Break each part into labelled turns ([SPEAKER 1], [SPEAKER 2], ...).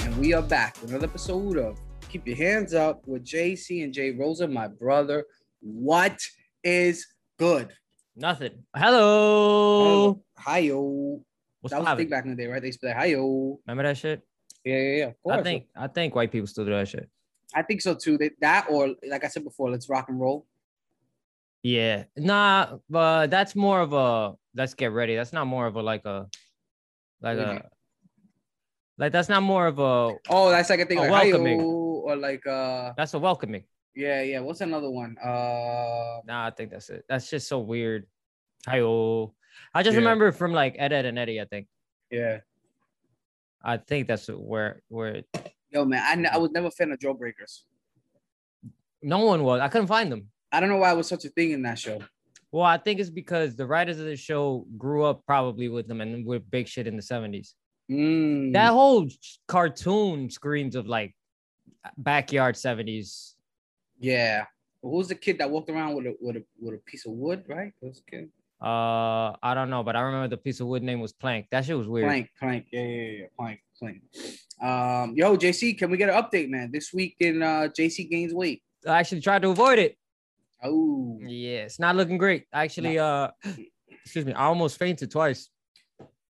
[SPEAKER 1] And we are back with another episode of Keep Your Hands Up with JC and Jay Rosa, my brother. What is good?
[SPEAKER 2] Nothing. Hello.
[SPEAKER 1] Hi yo.
[SPEAKER 2] What's
[SPEAKER 1] That was the thing
[SPEAKER 2] poppin'?
[SPEAKER 1] back in the day, right? They used to be like, hi yo.
[SPEAKER 2] Remember that shit?
[SPEAKER 1] Yeah, yeah, yeah. Of course.
[SPEAKER 2] I think I think white people still do that shit.
[SPEAKER 1] I think so too. That, that or like I said before, let's rock and roll.
[SPEAKER 2] Yeah. Nah, but that's more of a let's get ready. That's not more of a like a like
[SPEAKER 1] Okay.
[SPEAKER 2] a like that's not more of a
[SPEAKER 1] Oh, that's like a thing
[SPEAKER 2] Oh,
[SPEAKER 1] like hi yo
[SPEAKER 2] welcoming.
[SPEAKER 1] or like uh
[SPEAKER 2] that's a welcoming.
[SPEAKER 1] yeah, yeah. What's another one? Uh
[SPEAKER 2] Nah, I think that's it. That's just so weird. Hi I just
[SPEAKER 1] Yeah.
[SPEAKER 2] remember from like Ed Ed and Eddie, I think.
[SPEAKER 1] yeah.
[SPEAKER 2] I think that's where where
[SPEAKER 1] Yo, man, I, ne- I was never a fan of Joe Breakers.
[SPEAKER 2] no one was. I couldn't find them.
[SPEAKER 1] I don't know why it was such a thing in that show.
[SPEAKER 2] Well, I think it's because the writers of the show grew up probably with them and with big shit in the 70s.
[SPEAKER 1] Mm.
[SPEAKER 2] That whole sh- cartoon screams of like backyard 70s.
[SPEAKER 1] yeah. Who was the kid that walked around with a with a with a piece of wood? Right, it was a kid.
[SPEAKER 2] Uh, I don't know, but I remember the piece of wood name was Plank. That shit was weird.
[SPEAKER 1] Plank, plank, yeah, yeah, yeah, plank, plank. Um, yo, JC, can we get an update, man? This week in uh, JC gains weight.
[SPEAKER 2] I actually tried to avoid it.
[SPEAKER 1] Oh,
[SPEAKER 2] Yeah, it's not looking great. I Actually, uh, excuse me, I almost fainted twice.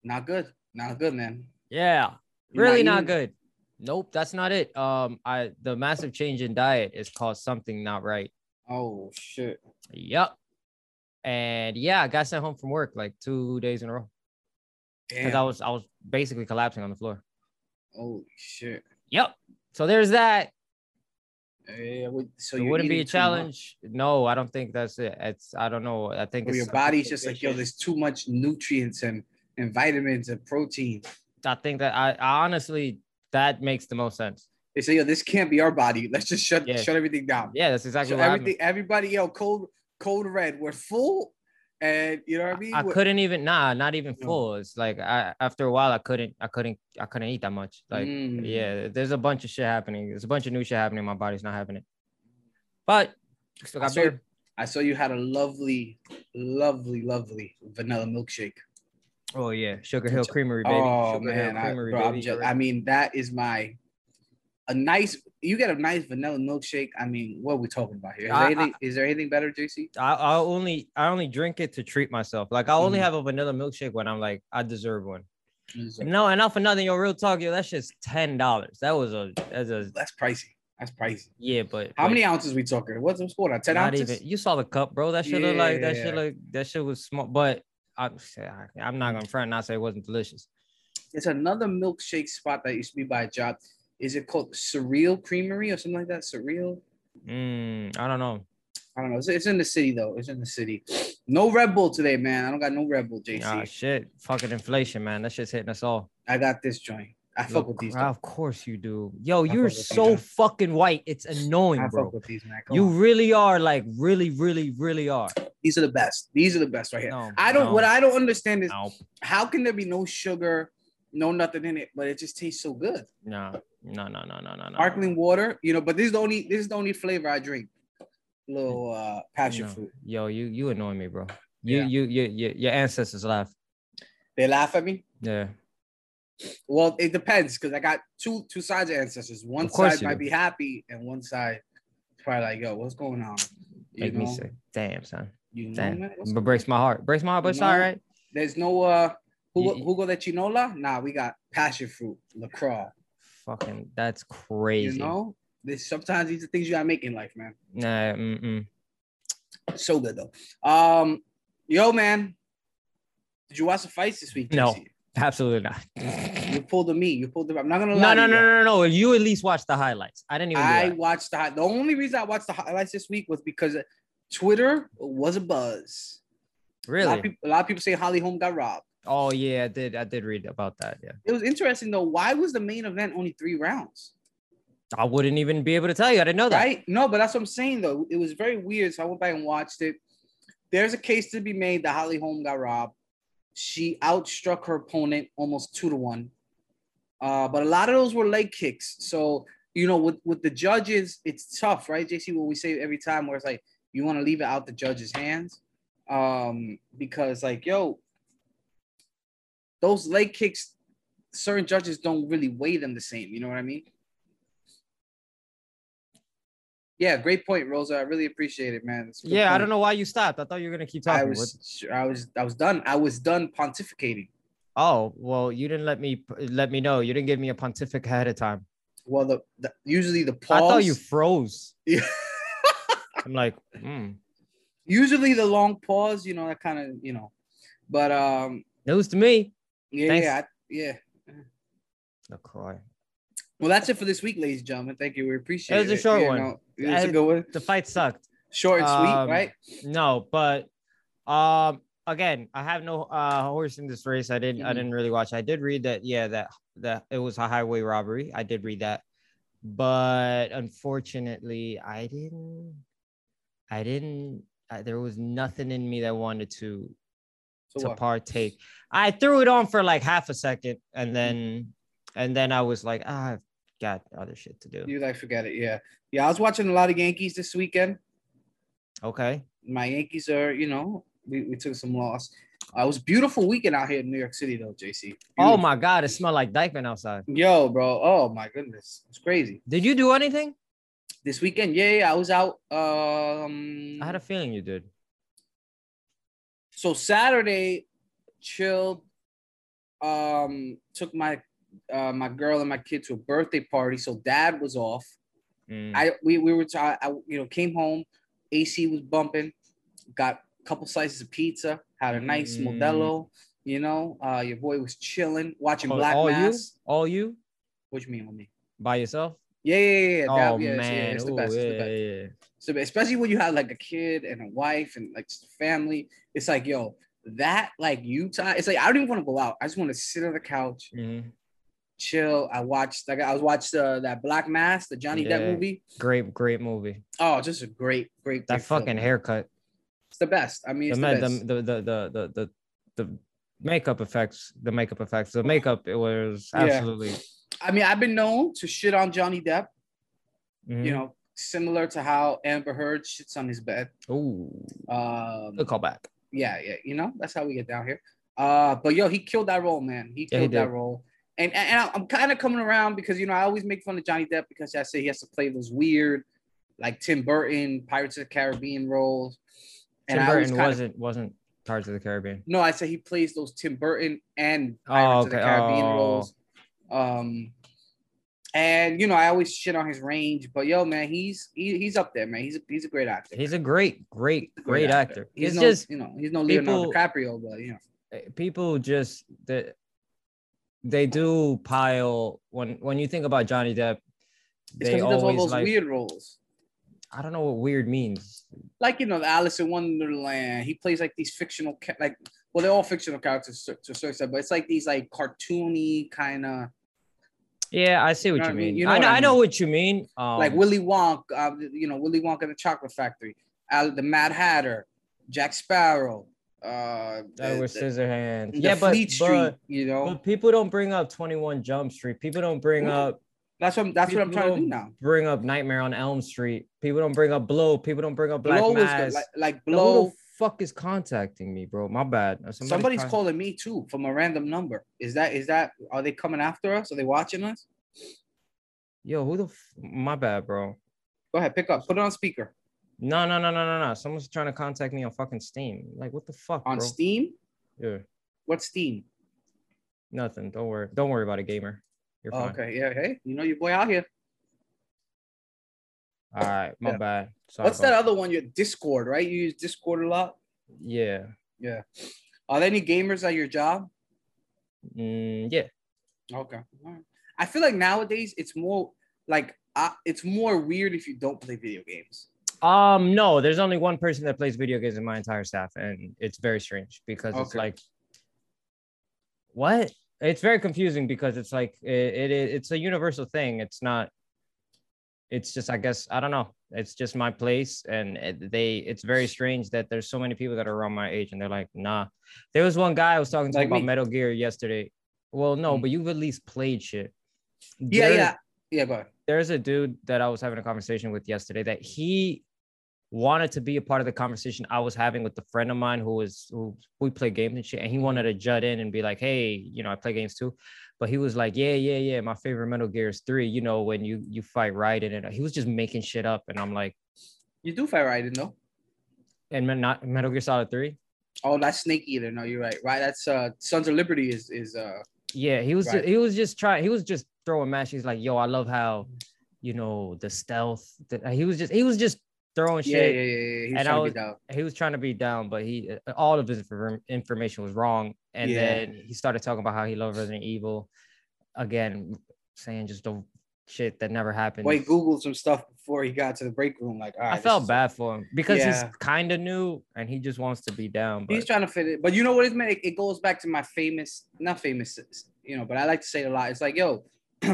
[SPEAKER 1] not good, not good, man.
[SPEAKER 2] Yeah,
[SPEAKER 1] You're
[SPEAKER 2] really not
[SPEAKER 1] eating-
[SPEAKER 2] good. Nope, that's not it. Um, I the massive change in diet is caused something not right.
[SPEAKER 1] Oh shit.
[SPEAKER 2] Yep. And yeah, I got sent home from work like two days in a row because I
[SPEAKER 1] Damn.
[SPEAKER 2] was I was basically collapsing on the floor.
[SPEAKER 1] Holy shit.
[SPEAKER 2] Yep. So there's that.
[SPEAKER 1] Yeah, what- so
[SPEAKER 2] it
[SPEAKER 1] you're
[SPEAKER 2] wouldn't be
[SPEAKER 1] eating
[SPEAKER 2] a
[SPEAKER 1] too much.
[SPEAKER 2] challenge. No, I don't think that's it. It's I don't know. I think
[SPEAKER 1] Or
[SPEAKER 2] it's
[SPEAKER 1] your
[SPEAKER 2] a
[SPEAKER 1] body's just like, yo,
[SPEAKER 2] combination.
[SPEAKER 1] there's too much nutrients and and vitamins and protein.
[SPEAKER 2] I think that I, I honestly that makes the most sense.
[SPEAKER 1] They say, yo, this can't be our body. Let's just shut
[SPEAKER 2] Yeah.
[SPEAKER 1] shut everything down.
[SPEAKER 2] Yeah, that's exactly
[SPEAKER 1] So
[SPEAKER 2] what
[SPEAKER 1] everything, everybody, yo, cold, cold red. We're full, and you know what I mean.
[SPEAKER 2] happened. I
[SPEAKER 1] We're-
[SPEAKER 2] couldn't even nah, not even
[SPEAKER 1] No.
[SPEAKER 2] full. It's like I after a while I couldn't I couldn't I couldn't eat that much. Like
[SPEAKER 1] Mm.
[SPEAKER 2] yeah, there's a bunch of shit happening. There's a bunch of new shit happening. My body's not having it. But still
[SPEAKER 1] I
[SPEAKER 2] got
[SPEAKER 1] saw-
[SPEAKER 2] beer.
[SPEAKER 1] I saw you had a lovely, lovely, lovely vanilla milkshake.
[SPEAKER 2] Oh yeah, Sugar Hill Creamery, baby.
[SPEAKER 1] Oh
[SPEAKER 2] Sugar
[SPEAKER 1] man,
[SPEAKER 2] Hill
[SPEAKER 1] I,
[SPEAKER 2] Creamery,
[SPEAKER 1] bro, I'm
[SPEAKER 2] baby.
[SPEAKER 1] ju- I mean that is my a nice. You get a nice vanilla milkshake. I mean, what are we talking about here? Is,
[SPEAKER 2] I-
[SPEAKER 1] there, anything, is there anything better, JC?
[SPEAKER 2] I, I only I only drink it to treat myself. Like I only
[SPEAKER 1] Mhm.
[SPEAKER 2] have a vanilla milkshake when I'm like I deserve one. No, and not for nothing, yo. Real talk, yo. That's just ten dollars. That was a that's a
[SPEAKER 1] That's pricey. That's pricey.
[SPEAKER 2] yeah, but
[SPEAKER 1] How
[SPEAKER 2] but
[SPEAKER 1] many ounces we talking? What's what's going on? Ten
[SPEAKER 2] Not
[SPEAKER 1] ounces.
[SPEAKER 2] even. You saw the cup, bro. That shit look like that
[SPEAKER 1] Yeah.
[SPEAKER 2] shit look that shit was small. But I, I'm not gonna front and not say it wasn't delicious.
[SPEAKER 1] It's another milkshake spot that used to be by a job. Is it called Surreal Creamery or something like that? Surreal?
[SPEAKER 2] Mm, I don't know.
[SPEAKER 1] I don't know. It's, it's in the city though. It's in the city. No Red Bull today, man. I don't got no Red Bull, JC.
[SPEAKER 2] Ah, shit. Fucking inflation, man. That shit's hitting us all.
[SPEAKER 1] I got this joint. I fuck with these.
[SPEAKER 2] Ah,
[SPEAKER 1] though.
[SPEAKER 2] Of course you do. Yo,
[SPEAKER 1] fuck
[SPEAKER 2] you're
[SPEAKER 1] with them,
[SPEAKER 2] so
[SPEAKER 1] man.
[SPEAKER 2] fucking white. It's
[SPEAKER 1] I
[SPEAKER 2] annoying,
[SPEAKER 1] fuck
[SPEAKER 2] bro.
[SPEAKER 1] with these, man. Come
[SPEAKER 2] You
[SPEAKER 1] on.
[SPEAKER 2] really are like really, really, really are.
[SPEAKER 1] These are the best. These are the best right here.
[SPEAKER 2] No,
[SPEAKER 1] I don't.
[SPEAKER 2] no,
[SPEAKER 1] What I don't understand is
[SPEAKER 2] no,
[SPEAKER 1] how can there be no sugar, no nothing in it, but it just tastes so good.
[SPEAKER 2] no, no, no, no, no, no, no.
[SPEAKER 1] Sparkling water, you know. But this is the only. This is the only flavor I drink. Little uh, passion
[SPEAKER 2] No.
[SPEAKER 1] fruit.
[SPEAKER 2] Yo, you you annoy me, bro. You
[SPEAKER 1] Yeah.
[SPEAKER 2] you you, you your ancestors laugh.
[SPEAKER 1] They laugh at me.
[SPEAKER 2] Yeah.
[SPEAKER 1] Well, it depends because I got two two sides of ancestors. One
[SPEAKER 2] Of course
[SPEAKER 1] side
[SPEAKER 2] you
[SPEAKER 1] might
[SPEAKER 2] do.
[SPEAKER 1] be happy, and one side is probably like, "Yo, what's going on?" You
[SPEAKER 2] Make
[SPEAKER 1] know,
[SPEAKER 2] me sick. Damn, son.
[SPEAKER 1] You know,
[SPEAKER 2] Damn.
[SPEAKER 1] man. What's-
[SPEAKER 2] But breaks my heart. Breaks my heart, but it's
[SPEAKER 1] No.
[SPEAKER 2] all right.
[SPEAKER 1] There's no uh, Hugo,
[SPEAKER 2] You-
[SPEAKER 1] Hugo de Chinola. Nah, we got passion fruit, lacroix.
[SPEAKER 2] Fucking that's crazy.
[SPEAKER 1] You know, there's sometimes these are things you gotta make in life, man.
[SPEAKER 2] Nah, mm-mm.
[SPEAKER 1] So good though. Um, yo, man, did you watch the fights this week?
[SPEAKER 2] No.
[SPEAKER 1] JC?
[SPEAKER 2] Absolutely not.
[SPEAKER 1] you pulled the me. You pulled the. I'm not gonna
[SPEAKER 2] No,
[SPEAKER 1] lie.
[SPEAKER 2] no,
[SPEAKER 1] to
[SPEAKER 2] no,
[SPEAKER 1] you,
[SPEAKER 2] no, no, no. You at least watch the highlights. I didn't even do
[SPEAKER 1] I
[SPEAKER 2] that.
[SPEAKER 1] watched the hi- the only reason I watched the highlights this week was because Twitter was a buzz. A lot, of
[SPEAKER 2] really.
[SPEAKER 1] people, a lot of people say Holly Holm got robbed.
[SPEAKER 2] Oh yeah, I did. I did read about that. Yeah.
[SPEAKER 1] It was interesting though. Why was the main event only three rounds?
[SPEAKER 2] I wouldn't even be able to tell you. I didn't know that.
[SPEAKER 1] Right? No, but that's what I'm saying though. It was very weird. So I went back and watched it. There's a case to be made that Holly Holm got robbed. She outstruck her opponent almost two to one. Uh, but a lot of those were leg kicks. So you know, with with the judges, it's tough, right, JC? What we say every time, where it's like you want to leave it out the judges' hands. Um, because like yo, those leg kicks, certain judges don't really weigh them the same. You know what I mean? Yeah, great point, Rosa. I really appreciate it, man.
[SPEAKER 2] Yeah, I don't know why you stopped. I thought you were gonna keep talking.
[SPEAKER 1] I was, I was, I was done. I was done pontificating.
[SPEAKER 2] Oh well, you didn't let me let me know. You didn't give me a pontific ahead of time.
[SPEAKER 1] Well, the, the usually the pause.
[SPEAKER 2] I thought you froze.
[SPEAKER 1] Yeah.
[SPEAKER 2] I'm like, mm.
[SPEAKER 1] usually the long pause. You know that kind of you know, but um,
[SPEAKER 2] news to me. Oh,
[SPEAKER 1] yeah,
[SPEAKER 2] Thanks.
[SPEAKER 1] yeah, I, yeah.
[SPEAKER 2] Lacroix.
[SPEAKER 1] Well, that's it for this week, ladies and gentlemen. Thank you. We appreciate
[SPEAKER 2] It
[SPEAKER 1] it.
[SPEAKER 2] was a short
[SPEAKER 1] You
[SPEAKER 2] one.
[SPEAKER 1] know, it was a
[SPEAKER 2] I-
[SPEAKER 1] good one.
[SPEAKER 2] The fight sucked.
[SPEAKER 1] Short and sweet,
[SPEAKER 2] Um,
[SPEAKER 1] right?
[SPEAKER 2] No, but um again, I have no uh horse in this race. I didn't I
[SPEAKER 1] Mhm.
[SPEAKER 2] didn't really watch. I did read that yeah, that that it was a highway robbery. I did read that. But unfortunately, I didn't I didn't I, there was nothing in me that wanted to
[SPEAKER 1] So
[SPEAKER 2] to
[SPEAKER 1] what?
[SPEAKER 2] partake. I threw it on for like half a second
[SPEAKER 1] Mm-hmm.
[SPEAKER 2] and then and then I was like, ah, I've got other shit to do.
[SPEAKER 1] you like forget it. Yeah, yeah. I was watching a lot of Yankees this weekend.
[SPEAKER 2] Okay.
[SPEAKER 1] My Yankees are, you know, we, we took some loss. Uh, it was a beautiful weekend out here in New York City, though, JC.
[SPEAKER 2] Oh
[SPEAKER 1] Beautiful.
[SPEAKER 2] my god, it smelled like Dykeman outside.
[SPEAKER 1] Yo, bro. Oh my goodness, it's crazy.
[SPEAKER 2] Did you do anything?
[SPEAKER 1] This weekend, yeah, yeah. I was out. Um,
[SPEAKER 2] I had a feeling you did.
[SPEAKER 1] so Saturday, chilled. Um, took my uh, my girl and my kid to a birthday party. So dad was off.
[SPEAKER 2] Mm.
[SPEAKER 1] I we we were t- I I, you know came home, AC was bumping, got a couple slices of pizza, had a nice
[SPEAKER 2] Mm.
[SPEAKER 1] Modelo, you know. Uh, your boy was chilling, watching
[SPEAKER 2] Oh,
[SPEAKER 1] Black
[SPEAKER 2] all you?
[SPEAKER 1] Mass.
[SPEAKER 2] All you
[SPEAKER 1] What you mean, homie?
[SPEAKER 2] by yourself?
[SPEAKER 1] Yeah, yeah, yeah, yeah.
[SPEAKER 2] oh
[SPEAKER 1] Dab- yeah, it's- yeah,
[SPEAKER 2] man,
[SPEAKER 1] it's the
[SPEAKER 2] Ooh,
[SPEAKER 1] best. It's the
[SPEAKER 2] yeah,
[SPEAKER 1] best.
[SPEAKER 2] yeah, yeah.
[SPEAKER 1] So especially when you have like a kid and a wife and like just family, it's like yo, that like Utah. It's like I don't even want to go out. I just want to sit on the couch,
[SPEAKER 2] Mhm.
[SPEAKER 1] chill. I watched like I was watched uh, that Black Mass, the Johnny
[SPEAKER 2] Yeah.
[SPEAKER 1] Depp movie.
[SPEAKER 2] Great, great movie.
[SPEAKER 1] Oh, just a great, great.
[SPEAKER 2] That
[SPEAKER 1] great film.
[SPEAKER 2] fucking haircut,
[SPEAKER 1] It's the best. I mean,
[SPEAKER 2] the,
[SPEAKER 1] it's
[SPEAKER 2] ma-
[SPEAKER 1] the
[SPEAKER 2] the,
[SPEAKER 1] best.
[SPEAKER 2] the, the, the, the, the, the makeup effects, the makeup effects, the makeup. It was
[SPEAKER 1] Yeah.
[SPEAKER 2] absolutely,
[SPEAKER 1] I mean, I've been known to shit on Johnny Depp, you
[SPEAKER 2] Mhm.
[SPEAKER 1] know, similar to how Amber Heard shits on his bed.
[SPEAKER 2] Ooh,
[SPEAKER 1] Um,
[SPEAKER 2] good callback.
[SPEAKER 1] yeah, yeah, you know, that's how we get down here. Uh, but yo, he killed that role, man. He
[SPEAKER 2] Yeah,
[SPEAKER 1] killed
[SPEAKER 2] he
[SPEAKER 1] that
[SPEAKER 2] did.
[SPEAKER 1] role. And, and and I'm kind of coming around because you know I always make fun of Johnny Depp because I say he has to play those weird, like Tim Burton, Pirates of the Caribbean roles. And
[SPEAKER 2] Tim
[SPEAKER 1] I always
[SPEAKER 2] Burton
[SPEAKER 1] kinda-
[SPEAKER 2] wasn't wasn't Pirates of the Caribbean.
[SPEAKER 1] No, I said he plays those Tim Burton and
[SPEAKER 2] Oh,
[SPEAKER 1] Pirates of the
[SPEAKER 2] okay.
[SPEAKER 1] Caribbean
[SPEAKER 2] Oh.
[SPEAKER 1] roles. Um, and you know, I always shit on his range, but yo, man, he's he, he's up there, man. He's a, he's a great actor.
[SPEAKER 2] He's a great, great, great actor.
[SPEAKER 1] Oh, He's
[SPEAKER 2] It's
[SPEAKER 1] no,
[SPEAKER 2] just
[SPEAKER 1] you know, he's no Leonardo
[SPEAKER 2] people-
[SPEAKER 1] DiCaprio, but you know,
[SPEAKER 2] people just that they do pile when when you think about Johnny Depp,
[SPEAKER 1] it's
[SPEAKER 2] they
[SPEAKER 1] because he does all
[SPEAKER 2] always
[SPEAKER 1] those
[SPEAKER 2] like
[SPEAKER 1] weird roles.
[SPEAKER 2] I don't know what weird means.
[SPEAKER 1] Like you know, the Alice in Wonderland. He plays like these fictional, ca- like well, they're all fictional characters to to a certain extent, but it's like these like cartoony kind of
[SPEAKER 2] Yeah, I see what
[SPEAKER 1] know
[SPEAKER 2] you
[SPEAKER 1] what I mean?
[SPEAKER 2] mean.
[SPEAKER 1] You know
[SPEAKER 2] I
[SPEAKER 1] what
[SPEAKER 2] know,
[SPEAKER 1] I
[SPEAKER 2] I know
[SPEAKER 1] mean.
[SPEAKER 2] what you mean. Um,
[SPEAKER 1] like Willy Wonka, uh, you know, Willy Wonka and the Chocolate Factory, Al, the Mad Hatter, Jack Sparrow, uh,
[SPEAKER 2] that
[SPEAKER 1] the,
[SPEAKER 2] was
[SPEAKER 1] the,
[SPEAKER 2] Scissorhands.
[SPEAKER 1] the
[SPEAKER 2] Yeah, but,
[SPEAKER 1] Fleet Street,
[SPEAKER 2] but
[SPEAKER 1] you know.
[SPEAKER 2] but people don't bring up Twenty One Jump Street. People don't bring
[SPEAKER 1] Yeah.
[SPEAKER 2] up
[SPEAKER 1] that's what I'm, that's what I'm
[SPEAKER 2] people
[SPEAKER 1] trying to do
[SPEAKER 2] don't
[SPEAKER 1] now.
[SPEAKER 2] bring up Nightmare on Elm Street. People don't bring up Blow. People don't bring up Black
[SPEAKER 1] Blow was
[SPEAKER 2] Mass.
[SPEAKER 1] good. Like, like
[SPEAKER 2] Now, Who
[SPEAKER 1] blow.
[SPEAKER 2] the fuck is contacting me, bro? My bad. Somebody
[SPEAKER 1] Somebody's
[SPEAKER 2] con-
[SPEAKER 1] calling me too from a random number. Is that is that are they coming after us? Are they watching us?
[SPEAKER 2] Yo, who the? F- my bad, bro.
[SPEAKER 1] Go ahead, pick up, put it on speaker
[SPEAKER 2] No, no, no, no, no, no. Someone's trying to contact me on fucking Steam. Like, what the fuck,
[SPEAKER 1] on
[SPEAKER 2] bro?
[SPEAKER 1] Steam.
[SPEAKER 2] Yeah,
[SPEAKER 1] What's Steam?
[SPEAKER 2] nothing. Don't worry. Don't worry about it, gamer. You're
[SPEAKER 1] Oh,
[SPEAKER 2] fine.
[SPEAKER 1] okay, yeah, hey, you know your boy out here.
[SPEAKER 2] All right, my
[SPEAKER 1] Yeah.
[SPEAKER 2] bad. Sorry
[SPEAKER 1] What's that
[SPEAKER 2] about-
[SPEAKER 1] other one? Your Discord, right? You use Discord a lot.
[SPEAKER 2] Yeah.
[SPEAKER 1] Yeah. Are there any gamers at your job?
[SPEAKER 2] Mm, yeah.
[SPEAKER 1] Okay. All right. I feel like nowadays it's more like uh, it's more weird if you don't play video games.
[SPEAKER 2] Um, no, there's only one person that plays video games in my entire staff, and it's very strange because it's
[SPEAKER 1] Okay.
[SPEAKER 2] like, what? It's very confusing because it's like it, it it- it's a universal thing. It's not. It's just I guess I don't know. It's just my place, and it- they. It's very strange that there's so many people that are around my age, and they're like, nah. There was one guy I was talking to
[SPEAKER 1] Like
[SPEAKER 2] about
[SPEAKER 1] me.
[SPEAKER 2] Metal Gear yesterday. Well, no,
[SPEAKER 1] Mm.
[SPEAKER 2] but you've at least played shit.
[SPEAKER 1] Yeah,
[SPEAKER 2] There-
[SPEAKER 1] yeah, yeah. Go ahead.
[SPEAKER 2] there's a dude that I was having a conversation with yesterday that he wanted to be a part of the conversation I was having with a friend of mine who was who we play games and shit, and he wanted to jut in and be like, "Hey, you know, I play games too," but he was like, "Yeah, yeah, yeah, my favorite Metal Gear is three. You know, when you you fight Raiden, and he was just making shit up, and I'm like,
[SPEAKER 1] You do fight Raiden though.
[SPEAKER 2] and men- not Metal Gear Solid three.
[SPEAKER 1] Oh, that's Snake Eater. No, you're right. Right, that's uh Sons of Liberty is is uh
[SPEAKER 2] Oh, Yeah, he was
[SPEAKER 1] Right.
[SPEAKER 2] he was just trying. He was just throwing match. He's like, "Yo, I love how, you know, the stealth." the- he was just he was just throwing shit.
[SPEAKER 1] yeah, yeah, yeah, yeah. He was
[SPEAKER 2] And
[SPEAKER 1] trying
[SPEAKER 2] I
[SPEAKER 1] to
[SPEAKER 2] was-
[SPEAKER 1] get down.
[SPEAKER 2] he was trying to be down, but he uh, all of his inform- information was wrong. And
[SPEAKER 1] Yeah.
[SPEAKER 2] then he started talking about how he loved Resident Evil, again, saying just the shit that never happened.
[SPEAKER 1] Well, he googled some stuff before he got to the break room. Like, all right,
[SPEAKER 2] I
[SPEAKER 1] this
[SPEAKER 2] felt
[SPEAKER 1] is-
[SPEAKER 2] bad for him because
[SPEAKER 1] Yeah.
[SPEAKER 2] he's kind of new and he just wants to be down. But
[SPEAKER 1] He's trying to fit it, but you know what it meant? It, it goes back to my famous, not famous, you know, but I like to say it a lot. It's like, yo,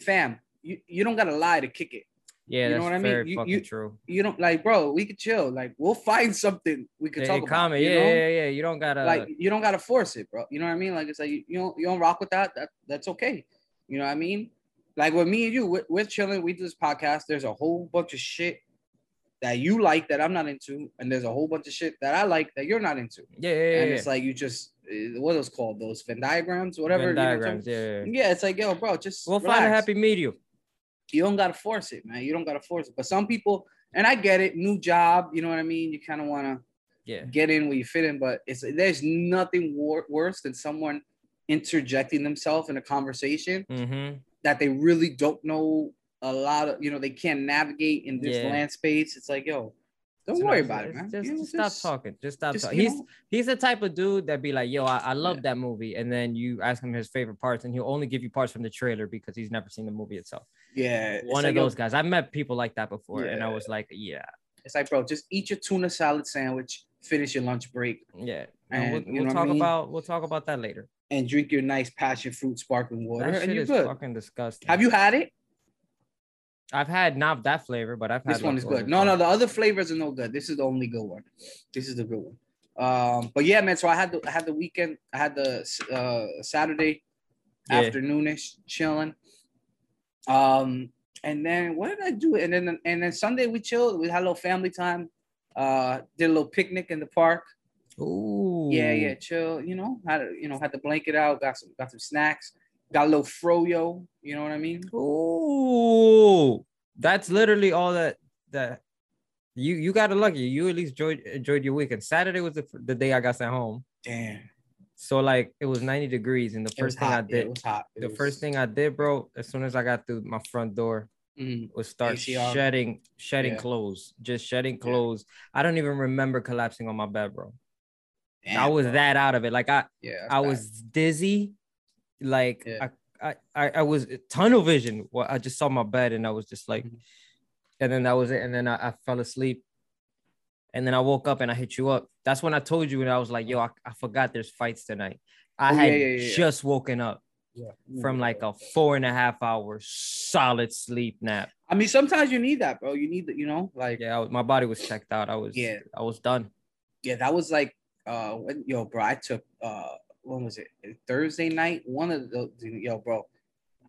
[SPEAKER 1] fam, you, you don't gotta lie to kick it.
[SPEAKER 2] yeah,
[SPEAKER 1] you know
[SPEAKER 2] that's
[SPEAKER 1] what I mean?
[SPEAKER 2] very
[SPEAKER 1] You-
[SPEAKER 2] fucking
[SPEAKER 1] you-
[SPEAKER 2] true.
[SPEAKER 1] You don't like, bro. We could chill. Like, we'll find something we could
[SPEAKER 2] Yeah,
[SPEAKER 1] talk
[SPEAKER 2] yeah,
[SPEAKER 1] about.
[SPEAKER 2] comment,
[SPEAKER 1] you
[SPEAKER 2] yeah,
[SPEAKER 1] know?
[SPEAKER 2] yeah, yeah, You don't gotta
[SPEAKER 1] like you don't gotta force it, bro. You know what I mean? Like it's like you, you don't you don't rock with that. That that's okay. You know what I mean? Like with me and you, we're, we're chilling. We do this podcast. There's a whole bunch of shit that you like that I'm not into, and there's a whole bunch of shit that I like that you're not into.
[SPEAKER 2] yeah, yeah, yeah,
[SPEAKER 1] and
[SPEAKER 2] yeah.
[SPEAKER 1] it's like you just eh, what those called those Venn diagrams, whatever.
[SPEAKER 2] Venn
[SPEAKER 1] you know what I'm
[SPEAKER 2] diagrams, yeah, yeah, yeah.
[SPEAKER 1] talking- yeah, it's like yo, bro, just
[SPEAKER 2] We'll
[SPEAKER 1] relax.
[SPEAKER 2] find a happy medium.
[SPEAKER 1] You don't gotta force it, man. You don't gotta force it. But some people, and I get it, new job. You know what I mean? You kind of wanna
[SPEAKER 2] Yeah,
[SPEAKER 1] get in where you fit in, but it's there's nothing wor- worse than someone interjecting themselves in a conversation
[SPEAKER 2] mm-hmm.
[SPEAKER 1] that they really don't know a lot of. You know, they can't navigate in this
[SPEAKER 2] Yeah.
[SPEAKER 1] land space. It's like, yo, don't
[SPEAKER 2] So no,
[SPEAKER 1] worry
[SPEAKER 2] it's-
[SPEAKER 1] about it,
[SPEAKER 2] it's
[SPEAKER 1] man.
[SPEAKER 2] Just,
[SPEAKER 1] You know,
[SPEAKER 2] just stop talking. Just stop
[SPEAKER 1] just,
[SPEAKER 2] talking.
[SPEAKER 1] you
[SPEAKER 2] He's
[SPEAKER 1] know,
[SPEAKER 2] he's the type of dude that be like, "Yo, I, I love that movie," and then you ask him his favorite parts, and he'll only give you parts from the trailer because he's never seen the movie itself.
[SPEAKER 1] yeah, it's
[SPEAKER 2] One
[SPEAKER 1] like,
[SPEAKER 2] of
[SPEAKER 1] Eh, yo,
[SPEAKER 2] those guys. I met people like that before, and I was like, "Yeah,
[SPEAKER 1] It's like, bro, just eat your tuna salad sandwich, finish your lunch break,
[SPEAKER 2] yeah."
[SPEAKER 1] And
[SPEAKER 2] And we'll,
[SPEAKER 1] you
[SPEAKER 2] we'll
[SPEAKER 1] know what I
[SPEAKER 2] talk
[SPEAKER 1] mean?
[SPEAKER 2] about we'll talk about that later.
[SPEAKER 1] and drink your nice passion fruit sparkling water,
[SPEAKER 2] That
[SPEAKER 1] and
[SPEAKER 2] shit
[SPEAKER 1] you're
[SPEAKER 2] is
[SPEAKER 1] good.
[SPEAKER 2] fucking disgusting.
[SPEAKER 1] Have you had it?
[SPEAKER 2] I've had not that flavor, but I've had
[SPEAKER 1] This one
[SPEAKER 2] like
[SPEAKER 1] is
[SPEAKER 2] flavor
[SPEAKER 1] good. No, no,
[SPEAKER 2] before.
[SPEAKER 1] the other flavors are no good. This is the only good one. This is the good one. Um, but yeah, man. So I had the I had the weekend. I had the uh, Saturday
[SPEAKER 2] Yeah.
[SPEAKER 1] afternoonish chilling. Um, and then what did I do? And then and then Sunday we chilled. We had a little family time. Uh, did a little picnic in the park.
[SPEAKER 2] Ooh.
[SPEAKER 1] Yeah, yeah, chill. You know, had a, you know had the blanket out. Got some got some snacks. Got a little froyo. You know what I mean?
[SPEAKER 2] Ooh, that's literally all that that you you got to lucky. You at least enjoyed enjoyed your weekend. Saturday was the, f- the day I got sent home,
[SPEAKER 1] Damn,
[SPEAKER 2] so like it was ninety degrees, and the
[SPEAKER 1] it was
[SPEAKER 2] first thing I
[SPEAKER 1] hot.
[SPEAKER 2] did,
[SPEAKER 1] It was hot. It
[SPEAKER 2] the
[SPEAKER 1] was-
[SPEAKER 2] first thing I did, bro, as soon as I got through my front door,
[SPEAKER 1] Mhm.
[SPEAKER 2] was start
[SPEAKER 1] AC on.
[SPEAKER 2] shedding shedding
[SPEAKER 1] Yeah.
[SPEAKER 2] clothes, just shedding clothes. I don't even remember collapsing on my bed, bro. I
[SPEAKER 1] Damn,
[SPEAKER 2] was
[SPEAKER 1] bro.
[SPEAKER 2] that out of it. Like I
[SPEAKER 1] Yeah, that's
[SPEAKER 2] I
[SPEAKER 1] bad.
[SPEAKER 2] was dizzy, like
[SPEAKER 1] Yeah.
[SPEAKER 2] I, I I I was tunnel vision. Well, I just saw my bed and I was just like,
[SPEAKER 1] Mhm.
[SPEAKER 2] and then that was it. And then I, I fell asleep, and then I woke up and I hit you up. That's when I told you and I was like, yo, I, I forgot there's fights tonight. I
[SPEAKER 1] Oh, yeah,
[SPEAKER 2] had
[SPEAKER 1] yeah, yeah, Mm. yeah.
[SPEAKER 2] just woken up from like a four and a half hour solid sleep nap.
[SPEAKER 1] I mean, sometimes you need that, bro. You need that, you know, like yeah.
[SPEAKER 2] Yeah, I was- my body was checked out. I was
[SPEAKER 1] Yeah.
[SPEAKER 2] I was done.
[SPEAKER 1] that was like uh when yo, bro, I took uh when was it? Thursday night, one of the yo, bro.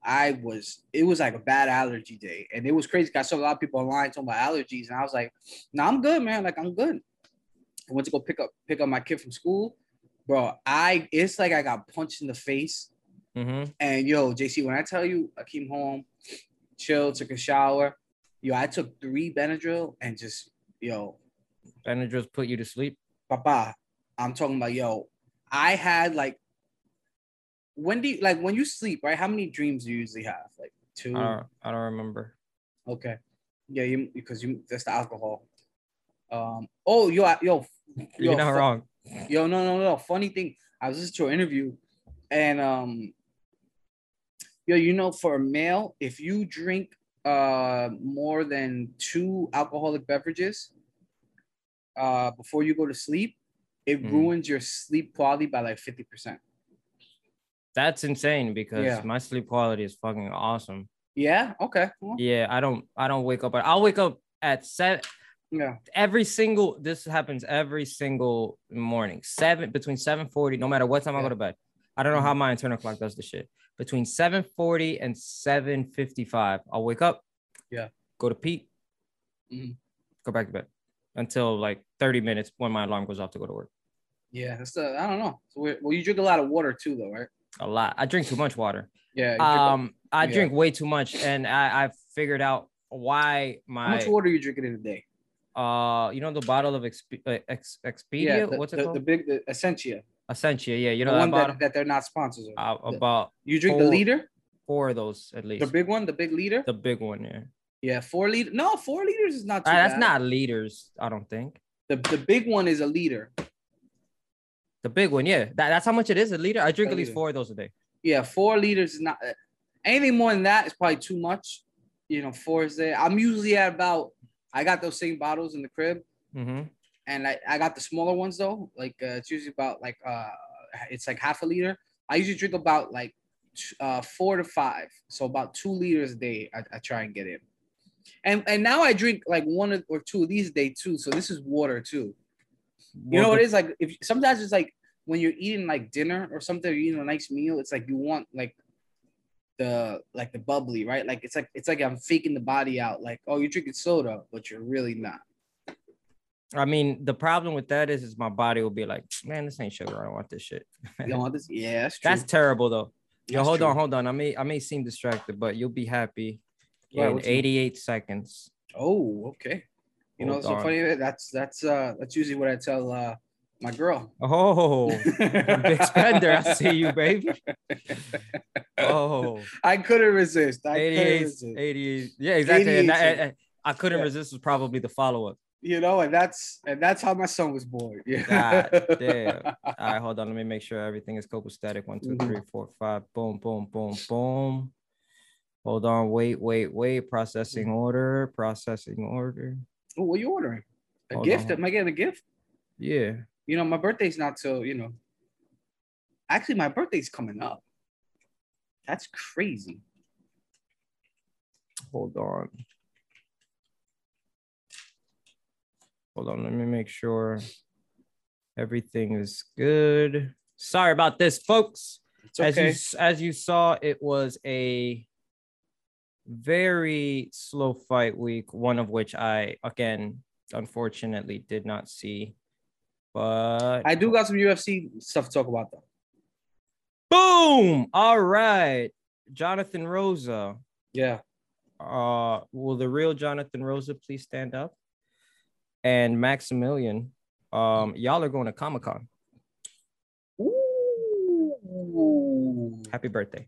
[SPEAKER 1] I was it was like a bad allergy day, and it was crazy. 'cause I saw a lot of people online talking about allergies, and I was like, no, I'm good, man. Like I'm good. I went to go pick up pick up my kid from school. Bro, I it's like I got punched in the face.
[SPEAKER 2] hmm
[SPEAKER 1] And yo, JC, when I tell you I came home, chilled, took a shower. Yo, I took three Benadryl and just yo,
[SPEAKER 2] Benadryl's put you to sleep.
[SPEAKER 1] papa. I'm talking about yo. I had like when do you like when you sleep, right? How many dreams do you usually have? Like two.
[SPEAKER 2] I don't, I don't remember.
[SPEAKER 1] Okay. Yeah, you because you that's the alcohol. Um. Oh, yo, I- yo, yo.
[SPEAKER 2] You're not
[SPEAKER 1] fu-
[SPEAKER 2] wrong.
[SPEAKER 1] Yo, no, no, no. Funny thing, I was listening to an interview, and um, yo, you know, for a male, if you drink uh more than two alcoholic beverages uh before you go to sleep, it
[SPEAKER 2] Mm.
[SPEAKER 1] ruins your sleep quality by like fifty percent.
[SPEAKER 2] That's insane because
[SPEAKER 1] Yeah.
[SPEAKER 2] my sleep quality is fucking awesome.
[SPEAKER 1] Yeah. Okay. Well,
[SPEAKER 2] Yeah, I don't I don't wake up. I'll wake up at set
[SPEAKER 1] yeah.
[SPEAKER 2] every single this happens every single morning. Seven between 740, no matter what time I
[SPEAKER 1] Yeah. Mm-hmm.
[SPEAKER 2] go to bed. I don't know how my internal clock does this shit. Between 740 and 755, I'll wake up,
[SPEAKER 1] Yeah.
[SPEAKER 2] go to peak,
[SPEAKER 1] Mhm.
[SPEAKER 2] go back to bed. until like 30 minutes when my alarm goes off to go to work.
[SPEAKER 1] Yeah, that's the I don't know. It's weird. Well, you drink a lot of water too, though, right?
[SPEAKER 2] A lot. I drink too much water.
[SPEAKER 1] Yeah. you drink a-
[SPEAKER 2] Um, I
[SPEAKER 1] Yeah.
[SPEAKER 2] drink way too much, and I I figured out why
[SPEAKER 1] how
[SPEAKER 2] my
[SPEAKER 1] much water are you drinking in a day?
[SPEAKER 2] uh you know the bottle of Exp- uh, Ex- Expedia
[SPEAKER 1] yeah, the,
[SPEAKER 2] what's it
[SPEAKER 1] the,
[SPEAKER 2] called
[SPEAKER 1] the big the Essentia,
[SPEAKER 2] Essentia yeah you
[SPEAKER 1] the
[SPEAKER 2] know that
[SPEAKER 1] one
[SPEAKER 2] bottle
[SPEAKER 1] that, that they're not sponsors of.
[SPEAKER 2] uh, oh. about
[SPEAKER 1] you drink the
[SPEAKER 2] four-
[SPEAKER 1] liter,
[SPEAKER 2] four of those at least
[SPEAKER 1] the big one, the big liter.
[SPEAKER 2] the big one yeah
[SPEAKER 1] yeah, four liter. No, four liters is not. Too
[SPEAKER 2] Uh, that's
[SPEAKER 1] bad.
[SPEAKER 2] not liters I don't think
[SPEAKER 1] the the big one is a liter.
[SPEAKER 2] the big one yeah that, that's how much it is a liter I drink
[SPEAKER 1] A
[SPEAKER 2] at least
[SPEAKER 1] liter.
[SPEAKER 2] four of those a day
[SPEAKER 1] Yeah, four liters is not uh, anything more than that is probably too much. You know, four is there. I'm usually at about. I got those same bottles in the crib,
[SPEAKER 2] hmm
[SPEAKER 1] and I, I got the smaller ones though. Like uh, it's usually about like uh, it's like half a liter. I usually drink about like t- uh four to five, so about two liters a day. I, I try and get in, and and now I drink like one or two of these a day too. So this is water too. You know what it is like if sometimes it's like when you're eating like dinner or something, you're eating a nice meal, it's like you want like the like the bubbly, right? Like it's like it's like I'm faking the body out, like, oh, you're drinking soda, but you're really not.
[SPEAKER 2] I mean the problem with that is is my body will be like man this ain't sugar I don't want this shit
[SPEAKER 1] You don't want this. Yeah, that's true.
[SPEAKER 2] that's terrible though Yo,
[SPEAKER 1] That's
[SPEAKER 2] hold
[SPEAKER 1] true.
[SPEAKER 2] on, hold on. I may I may seem distracted, but you'll be happy
[SPEAKER 1] Yeah,
[SPEAKER 2] in
[SPEAKER 1] what's that?
[SPEAKER 2] 88 seconds.
[SPEAKER 1] Oh, okay. You know,
[SPEAKER 2] Hold
[SPEAKER 1] so
[SPEAKER 2] on.
[SPEAKER 1] funny that- that's that's uh that's usually what I tell uh my girl.
[SPEAKER 2] Oh, a big spender. I see you, baby. Oh,
[SPEAKER 1] I couldn't resist. I couldn't
[SPEAKER 2] 88,
[SPEAKER 1] resist.
[SPEAKER 2] 88. Yeah, exactly. And
[SPEAKER 1] 88
[SPEAKER 2] I, I, I couldn't
[SPEAKER 1] Yeah.
[SPEAKER 2] resist was probably the follow-up.
[SPEAKER 1] You know, and that's and that's how my son was born. Yeah.
[SPEAKER 2] God damn. All right, hold on. Let me make sure everything is copostatic. One, two,
[SPEAKER 1] Mhm.
[SPEAKER 2] three, four, five. Boom, boom, boom, boom. Hold on. Wait, wait, wait. Processing
[SPEAKER 1] Mm-hmm.
[SPEAKER 2] order. Processing order.
[SPEAKER 1] Ooh, what are you ordering? A
[SPEAKER 2] Hold
[SPEAKER 1] gift?
[SPEAKER 2] on.
[SPEAKER 1] Am I getting a gift?
[SPEAKER 2] Yeah.
[SPEAKER 1] You know, my birthday's not till, you know. Actually, my birthday's coming up. That's crazy.
[SPEAKER 2] hold on. Hold on, let me make sure everything is good. Sorry about this, folks.
[SPEAKER 1] It's okay.
[SPEAKER 2] As you as you saw, it was a very slow fight week, one of which I again unfortunately did not see. But
[SPEAKER 1] I do got some UFC stuff to talk about though.
[SPEAKER 2] boom! All right. Jonathan Rosa.
[SPEAKER 1] Yeah.
[SPEAKER 2] uh will the real Jonathan Rosa please stand up? And Maximilian, um, y'all are going to Comic Con.
[SPEAKER 1] Ooh.
[SPEAKER 2] Happy birthday.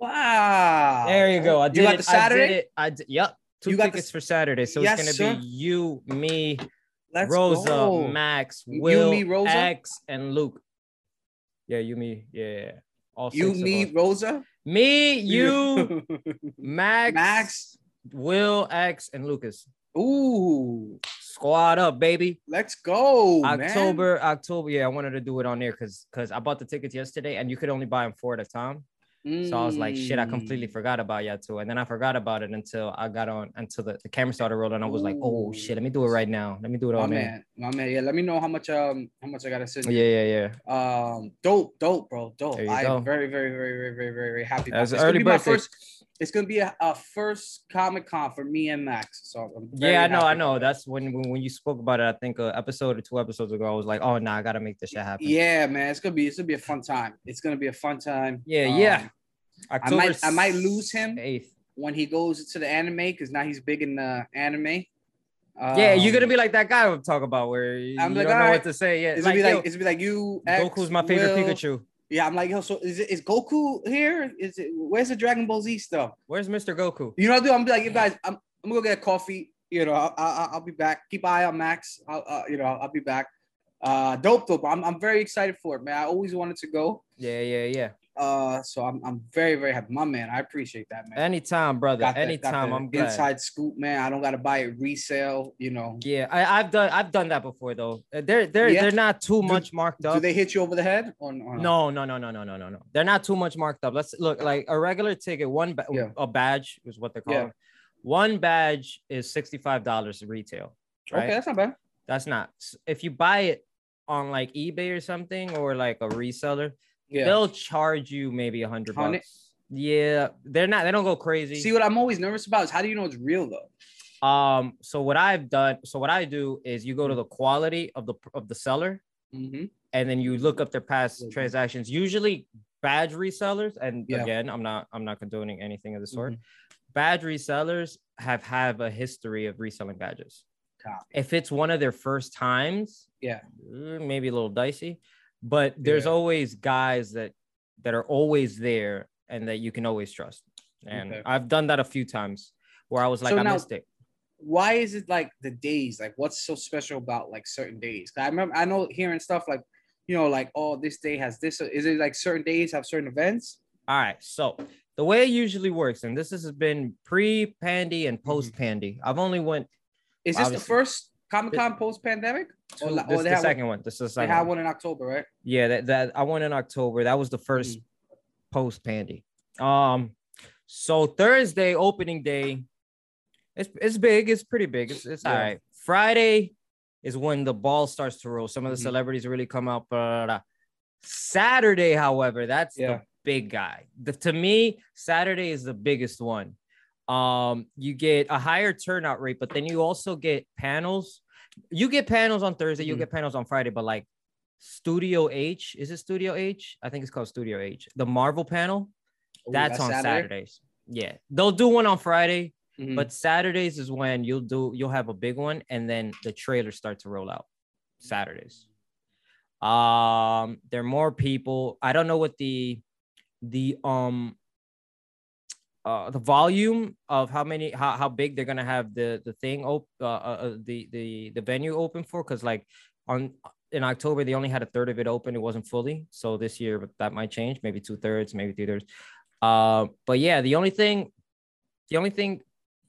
[SPEAKER 1] Wow.
[SPEAKER 2] There you go. I
[SPEAKER 1] Uh,
[SPEAKER 2] did
[SPEAKER 1] you got
[SPEAKER 2] it.
[SPEAKER 1] the Saturday.
[SPEAKER 2] I did it. I did, yep. Two
[SPEAKER 1] You got the-
[SPEAKER 2] tickets for Saturday. So
[SPEAKER 1] Yes,
[SPEAKER 2] it's
[SPEAKER 1] sir.
[SPEAKER 2] gonna be you, me,
[SPEAKER 1] Let's
[SPEAKER 2] Rosa,
[SPEAKER 1] go.
[SPEAKER 2] Max,
[SPEAKER 1] You,
[SPEAKER 2] Will,
[SPEAKER 1] me, Rosa?
[SPEAKER 2] X, and Luke. Yeah, you, me, yeah, yeah. yeah. All
[SPEAKER 1] You,
[SPEAKER 2] six of
[SPEAKER 1] me,
[SPEAKER 2] us.
[SPEAKER 1] Rosa.
[SPEAKER 2] me, you, Max,
[SPEAKER 1] Max.
[SPEAKER 2] Will, X, and Lucas.
[SPEAKER 1] Ooh.
[SPEAKER 2] Squad up, baby.
[SPEAKER 1] Let's go. man.
[SPEAKER 2] October, October. Yeah, I wanted to do it on there because because I bought the tickets yesterday and you could only buy them four at a time. So I was like, shit, I completely
[SPEAKER 1] Mm.
[SPEAKER 2] forgot about y'all two. And then I forgot about it until I got on until the, the camera started rolling. I was like, oh
[SPEAKER 1] Ooh.
[SPEAKER 2] shit, let me do it right now. Let me do it
[SPEAKER 1] My
[SPEAKER 2] on there.
[SPEAKER 1] man, my man. Yeah, let me know how much um how much I gotta send you.
[SPEAKER 2] Yeah, yeah, yeah.
[SPEAKER 1] Um, dope, dope, bro, dope.
[SPEAKER 2] There you go.
[SPEAKER 1] I'm very, very, very, very, very, very, very happy. about this.
[SPEAKER 2] That's
[SPEAKER 1] It's
[SPEAKER 2] an
[SPEAKER 1] gonna
[SPEAKER 2] early
[SPEAKER 1] be my
[SPEAKER 2] birthday.
[SPEAKER 1] first. It's gonna be a, a first Comic Con for me and Max. So I'm very
[SPEAKER 2] Yeah, I know,
[SPEAKER 1] happy
[SPEAKER 2] I know.
[SPEAKER 1] about
[SPEAKER 2] That's when, when when you spoke about it, I think a episode or two episodes ago, I was like, oh nah, I gotta make this shit
[SPEAKER 1] it.
[SPEAKER 2] happen.
[SPEAKER 1] Yeah, man, it's gonna be it's gonna be a fun time. It's gonna be a fun time.
[SPEAKER 2] Yeah, yeah.
[SPEAKER 1] I might I might lose him
[SPEAKER 2] Eighth.
[SPEAKER 1] when he goes to the anime because now he's big in the anime. Um,
[SPEAKER 2] Yeah, you're gonna be like that guy I'm talking about where you,
[SPEAKER 1] I'm
[SPEAKER 2] you
[SPEAKER 1] like,
[SPEAKER 2] don't know
[SPEAKER 1] all right.
[SPEAKER 2] what to say. Yeah,
[SPEAKER 1] It's
[SPEAKER 2] like,
[SPEAKER 1] gonna be
[SPEAKER 2] yo,
[SPEAKER 1] like it's gonna be like you.
[SPEAKER 2] Goku's my favorite
[SPEAKER 1] Will.
[SPEAKER 2] Pikachu.
[SPEAKER 1] Yeah, I'm like, yo, so is it is Goku here? Is it where's the Dragon Ball Z stuff?
[SPEAKER 2] Where's Mr. Goku?
[SPEAKER 1] You know what I do? I'm be like, you guys, I'm, I'm gonna go get a coffee. You know, I'll, I'll, I'll be back. Keep an eye on Max. I'll, uh, you know, I'll be back. Uh, dope, dope. I'm, I'm very excited for it, man. I always wanted to go.
[SPEAKER 2] Yeah, yeah, yeah.
[SPEAKER 1] Uh, so I'm, I'm very, very happy. My man, I appreciate that, man.
[SPEAKER 2] Anytime, brother.
[SPEAKER 1] Got that- got
[SPEAKER 2] Anytime.
[SPEAKER 1] that
[SPEAKER 2] I'm glad.
[SPEAKER 1] Inside scoop, man. I don't gotta buy it resale. You know,
[SPEAKER 2] Yeah, I, I've done I've done that before though. Uh, They're they're
[SPEAKER 1] Yeah.
[SPEAKER 2] they're not too
[SPEAKER 1] Do-
[SPEAKER 2] much marked
[SPEAKER 1] do
[SPEAKER 2] up.
[SPEAKER 1] they hit you over the head or, or
[SPEAKER 2] No, no, no, no, no, no, no, no. They're not too much marked up. Let's look like a regular ticket. One ba-
[SPEAKER 1] Yeah.
[SPEAKER 2] a badge is what they're
[SPEAKER 1] Yeah.
[SPEAKER 2] called. One badge is sixty five dollars retail. Right?
[SPEAKER 1] Okay, that's not bad.
[SPEAKER 2] That's not. s- If you buy it on like eBay or something or like a reseller,
[SPEAKER 1] Yeah.
[SPEAKER 2] they'll charge you maybe a hundred
[SPEAKER 1] Hundred?
[SPEAKER 2] bucks. Yeah, they're not. They don't go crazy.
[SPEAKER 1] See what I'm always nervous about is how do you know it's real though?
[SPEAKER 2] Um, so what I've done, so what I do is you go
[SPEAKER 1] Mm.
[SPEAKER 2] to the quality of the of the seller,
[SPEAKER 1] Mhm.
[SPEAKER 2] and then you look up their past
[SPEAKER 1] Mhm.
[SPEAKER 2] transactions. Usually, badge resellers, and
[SPEAKER 1] Yeah.
[SPEAKER 2] again, I'm not I'm not condoning anything of the sort.
[SPEAKER 1] Mhm.
[SPEAKER 2] Badge resellers have have a history of reselling badges.
[SPEAKER 1] Copy.
[SPEAKER 2] If it's one of their first times,
[SPEAKER 1] Yeah.
[SPEAKER 2] eh, maybe a little dicey. But there's always guys that that are always there and that you can always trust. And
[SPEAKER 1] Okay.
[SPEAKER 2] I've done that a few times where I was like,
[SPEAKER 1] So
[SPEAKER 2] I
[SPEAKER 1] now-
[SPEAKER 2] missed it.
[SPEAKER 1] Why is it like the days? Like, what's so special about like certain days? 'Cause I remember I know hearing stuff like, you know, like oh, this day has this. Is it like certain days have certain events?
[SPEAKER 2] All right. So the way it usually works, and this has been pre-pandy
[SPEAKER 1] Mm-hmm.
[SPEAKER 2] and post-pandy. I've only went
[SPEAKER 1] Is this the
[SPEAKER 2] Obviously.
[SPEAKER 1] first Comic Con post pandemic?
[SPEAKER 2] to
[SPEAKER 1] Or la-
[SPEAKER 2] this
[SPEAKER 1] or they
[SPEAKER 2] is the
[SPEAKER 1] had one-
[SPEAKER 2] second one. This is the
[SPEAKER 1] They
[SPEAKER 2] second
[SPEAKER 1] had
[SPEAKER 2] one.
[SPEAKER 1] one Mm-hmm. in October, right? Mm,
[SPEAKER 2] Yeah, that, that I went in October. That was the 1st post-pandy. Um, so Thursday opening day. It's it's big, it's pretty big. It's, it's all
[SPEAKER 1] Yeah.
[SPEAKER 2] right. Friday is when the ball starts to roll. Some of the
[SPEAKER 1] Mhm.
[SPEAKER 2] celebrities really come out. blah, blah, blah. Saturday, however, that's the
[SPEAKER 1] Yeah.
[SPEAKER 2] big guy. The, to me, Saturday is the biggest one. Um, you get a higher turnout rate, but then you also get panels. You get panels on Thursday, you
[SPEAKER 1] Mhm.
[SPEAKER 2] get panels on Friday, but like Studio H, is it Studio H? I think it's called Studio H. The Marvel panel,
[SPEAKER 1] Ooh,
[SPEAKER 2] that's on Saturdays. Yeah. They'll do one on Friday,
[SPEAKER 1] Mhm.
[SPEAKER 2] but Saturdays is when you'll do you'll have a big one and then the trailers start to roll out. Saturdays. Um, there are more people. I don't know what the the um uh the volume of how many how, how big they're gonna have the the thing open uh, uh uh, the the the venue open for because like on in October they only had a third of it open it wasn't fully so this year that might change maybe two thirds maybe three thirds uh but yeah the only thing the only thing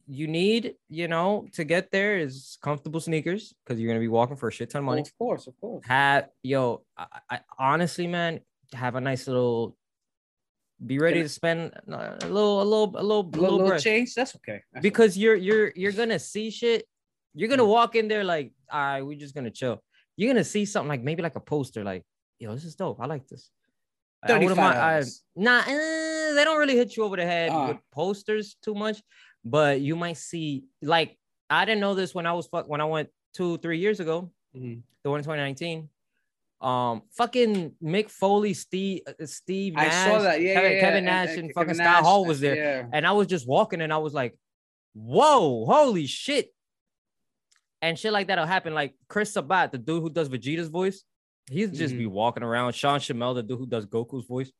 [SPEAKER 2] you need you know to get there is comfortable sneakers because you're gonna be walking for a shit ton of
[SPEAKER 1] Oh,
[SPEAKER 2] money
[SPEAKER 1] of course, of course.
[SPEAKER 2] have yo I, I honestly man have a nice little be ready to spend a little a little a little,
[SPEAKER 1] A little, little
[SPEAKER 2] breath.
[SPEAKER 1] change, that's okay. That's
[SPEAKER 2] because you're you're you're gonna see shit you're gonna
[SPEAKER 1] Mm.
[SPEAKER 2] walk in there like all right we're just gonna chill you're gonna see something like maybe like a poster like yo this is dope i like this I- I wouldn't mind- I-
[SPEAKER 1] $35.
[SPEAKER 2] nah eh, they don't really hit you over the head
[SPEAKER 1] Uh.
[SPEAKER 2] with posters too much but you might see like i didn't know this when i was fuck when i went two three years ago
[SPEAKER 1] Mhm.
[SPEAKER 2] the one in 2019. Um, fucking Mick Foley, Steve, uh, Steve Nash,
[SPEAKER 1] I saw that. Yeah,
[SPEAKER 2] Kevin,
[SPEAKER 1] yeah, yeah.
[SPEAKER 2] Kevin Nash, and, fucking
[SPEAKER 1] Kevin
[SPEAKER 2] Scott
[SPEAKER 1] Nash, uh,
[SPEAKER 2] Hall was there.
[SPEAKER 1] Yeah.
[SPEAKER 2] And I was just walking, and I was like, "Whoa, holy shit!" And shit like that'll happen. Like Chris Sabat, the dude who does Vegeta's voice, he's just
[SPEAKER 1] Mm-hmm.
[SPEAKER 2] be walking around. Sean Chamel, the dude who does Goku's voice,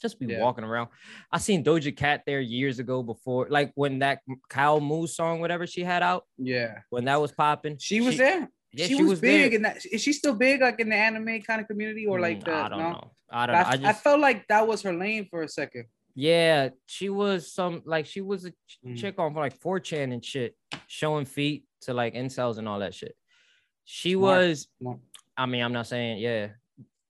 [SPEAKER 2] just be
[SPEAKER 1] Yeah.
[SPEAKER 2] walking around. I seen Doja Cat there years ago before, like when that Cow Moo song, whatever she had out,
[SPEAKER 1] Yeah.
[SPEAKER 2] when that was popping.
[SPEAKER 1] She was there.
[SPEAKER 2] Yeah,
[SPEAKER 1] she, was,
[SPEAKER 2] there.
[SPEAKER 1] big in that. Is she still big like in the anime kind of community or like
[SPEAKER 2] Mm,
[SPEAKER 1] the
[SPEAKER 2] I don't
[SPEAKER 1] no?
[SPEAKER 2] know.
[SPEAKER 1] But
[SPEAKER 2] I don't
[SPEAKER 1] I,
[SPEAKER 2] know. I
[SPEAKER 1] I
[SPEAKER 2] just
[SPEAKER 1] felt like that was her lane for a second.
[SPEAKER 2] yeah, she was some like she was a ch-
[SPEAKER 1] Mm.
[SPEAKER 2] chick on like 4chan and shit, showing feet to like incels and all that shit. She
[SPEAKER 1] Smart,
[SPEAKER 2] was
[SPEAKER 1] smart.
[SPEAKER 2] I mean, I'm not saying yeah.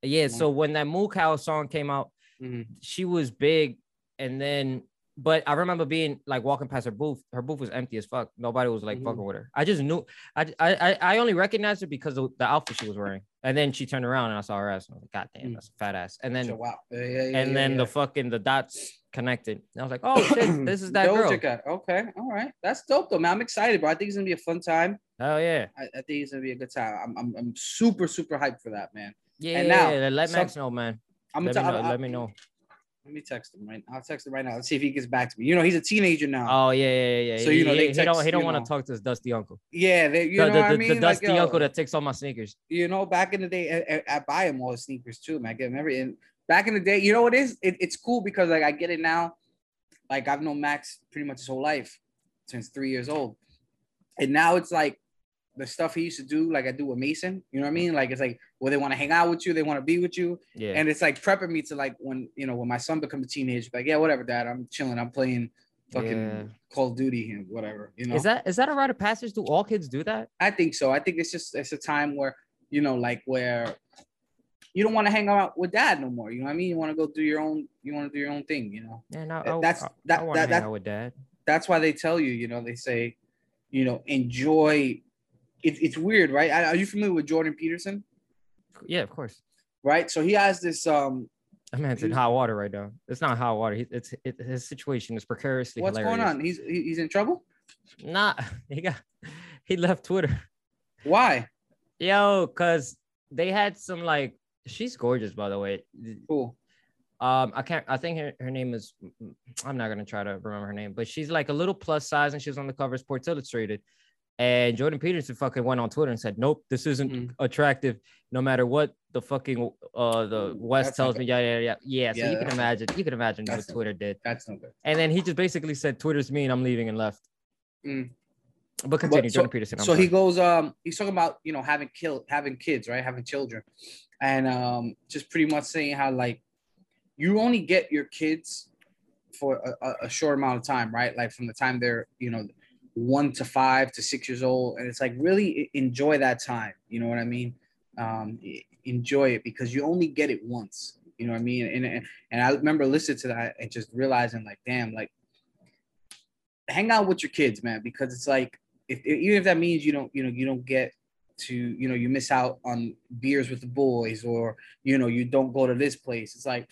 [SPEAKER 2] Yeah,
[SPEAKER 1] Smart.
[SPEAKER 2] so when that Moo Cow song came out,
[SPEAKER 1] Mhm.
[SPEAKER 2] she was big and then but I remember being like walking past her booth. Her booth was empty as fuck. Nobody was like
[SPEAKER 1] Mhm.
[SPEAKER 2] fucking with her. I just knew. I I I- I only recognized her because of the outfit she was wearing. And then she turned around and I saw her ass. And I was like, God damn,
[SPEAKER 1] Mm.
[SPEAKER 2] that's a fat ass. And then
[SPEAKER 1] So, wow. Yeah, yeah, yeah,
[SPEAKER 2] and
[SPEAKER 1] yeah,
[SPEAKER 2] then
[SPEAKER 1] yeah.
[SPEAKER 2] the fucking the dots connected. And I was like, oh shit, this is that
[SPEAKER 1] Doja
[SPEAKER 2] girl.
[SPEAKER 1] Cat. Okay, all right, that's dope though, man. I'm excited, bro. I think it's gonna be a fun time.
[SPEAKER 2] Oh yeah,
[SPEAKER 1] I, I think it's gonna be a good time. I'm, I'm, I'm super, super hyped for that, man.
[SPEAKER 2] yeah.
[SPEAKER 1] And
[SPEAKER 2] yeah,
[SPEAKER 1] now,
[SPEAKER 2] yeah. let
[SPEAKER 1] some-
[SPEAKER 2] Max know, man.
[SPEAKER 1] I'm
[SPEAKER 2] Let me,
[SPEAKER 1] gonna
[SPEAKER 2] know,
[SPEAKER 1] tell.
[SPEAKER 2] let me know.
[SPEAKER 1] Let me text him right. I'll text him right now. Let's see if he gets back to me. You know, he's a teenager now.
[SPEAKER 2] Oh yeah, yeah, yeah. yeah.
[SPEAKER 1] So, you know,
[SPEAKER 2] he,
[SPEAKER 1] they
[SPEAKER 2] he don't
[SPEAKER 1] text,
[SPEAKER 2] he don't
[SPEAKER 1] you
[SPEAKER 2] want
[SPEAKER 1] know.
[SPEAKER 2] to talk to his dusty uncle.
[SPEAKER 1] yeah, they, you
[SPEAKER 2] the,
[SPEAKER 1] know
[SPEAKER 2] the,
[SPEAKER 1] what I
[SPEAKER 2] the-
[SPEAKER 1] mean.
[SPEAKER 2] the
[SPEAKER 1] Like,
[SPEAKER 2] dusty
[SPEAKER 1] yo,
[SPEAKER 2] uncle that takes all my sneakers.
[SPEAKER 1] you know, back in the day, I, I, I buy him all the sneakers too, man. I get him every. And back in the day, you know what it is? It, it's cool because like I get it now. Like I've known Max pretty much his whole life, since three years old, and now it's like the stuff he used to do, like I do with Mason. You know what I mean? Like it's like, well, they want to hang out with you, they want to be with you,
[SPEAKER 2] Yeah.
[SPEAKER 1] and it's like prepping me to like when you know when my son becomes a teenager, like yeah, whatever, dad, I'm chilling, I'm playing fucking
[SPEAKER 2] Yeah.
[SPEAKER 1] Call of Duty and whatever. You know,
[SPEAKER 2] Is that is that a rite of passage? Do all kids do that?
[SPEAKER 1] I think so. I think it's just it's a time where you know, like where you don't want to hang out with dad no more. You know what I mean? You want to go do your own. You want to do your own thing. You know.
[SPEAKER 2] Yeah, no,
[SPEAKER 1] That-
[SPEAKER 2] I,
[SPEAKER 1] that's-
[SPEAKER 2] I,
[SPEAKER 1] that-
[SPEAKER 2] I want to
[SPEAKER 1] that-
[SPEAKER 2] hang
[SPEAKER 1] that-
[SPEAKER 2] out with dad.
[SPEAKER 1] That's why they tell you. You know, they say, you know, enjoy. It, it's weird, right? I, are you familiar with Jordan Peterson?
[SPEAKER 2] Yeah, of course.
[SPEAKER 1] Right. So he has this. Um,
[SPEAKER 2] That man's in
[SPEAKER 1] He-
[SPEAKER 2] hot water right now. It's not hot water. He, it's it, his situation is precariously
[SPEAKER 1] what's
[SPEAKER 2] hilarious.
[SPEAKER 1] going on? He's he- he's in trouble.
[SPEAKER 2] Not he got he left Twitter.
[SPEAKER 1] Why?
[SPEAKER 2] Yo, cause they had some like she's gorgeous by the way.
[SPEAKER 1] Cool.
[SPEAKER 2] Um, I can't. I think her, her name is. I'm not gonna try to remember her name, but she's like a little plus size, and she was on the cover of Sports Illustrated. And Jordan Peterson fucking went on Twitter and said, "Nope, this isn't
[SPEAKER 1] Mm.
[SPEAKER 2] attractive, no matter what the fucking uh the
[SPEAKER 1] Ooh,
[SPEAKER 2] West
[SPEAKER 1] that's
[SPEAKER 2] tells
[SPEAKER 1] not
[SPEAKER 2] me." Yeah, yeah, yeah, yeah. So
[SPEAKER 1] Yeah,
[SPEAKER 2] you can
[SPEAKER 1] that's not-
[SPEAKER 2] imagine, you can imagine what
[SPEAKER 1] that's not-
[SPEAKER 2] Twitter did.
[SPEAKER 1] That's no good.
[SPEAKER 2] And then he just basically said, "Twitter's mean. I'm leaving," and left.
[SPEAKER 1] Mm.
[SPEAKER 2] But continue,
[SPEAKER 1] so-
[SPEAKER 2] Jordan Peterson. I'm
[SPEAKER 1] so he
[SPEAKER 2] sorry.
[SPEAKER 1] goes um he's talking about you know having killed having kids right having children and um just pretty much saying how like you only get your kids for a, a- a short amount of time right like from the time they're you know one to five to six years old and it's like really e- enjoy that time you know what i mean um e- enjoy it because you only get it once you know what i mean and and, and i remember listening to that and just realizing like damn like hang out with your kids man because it's like if, if- even if that means you don't you know you don't get to you know you miss out on beers with the boys or you know you don't go to this place it's like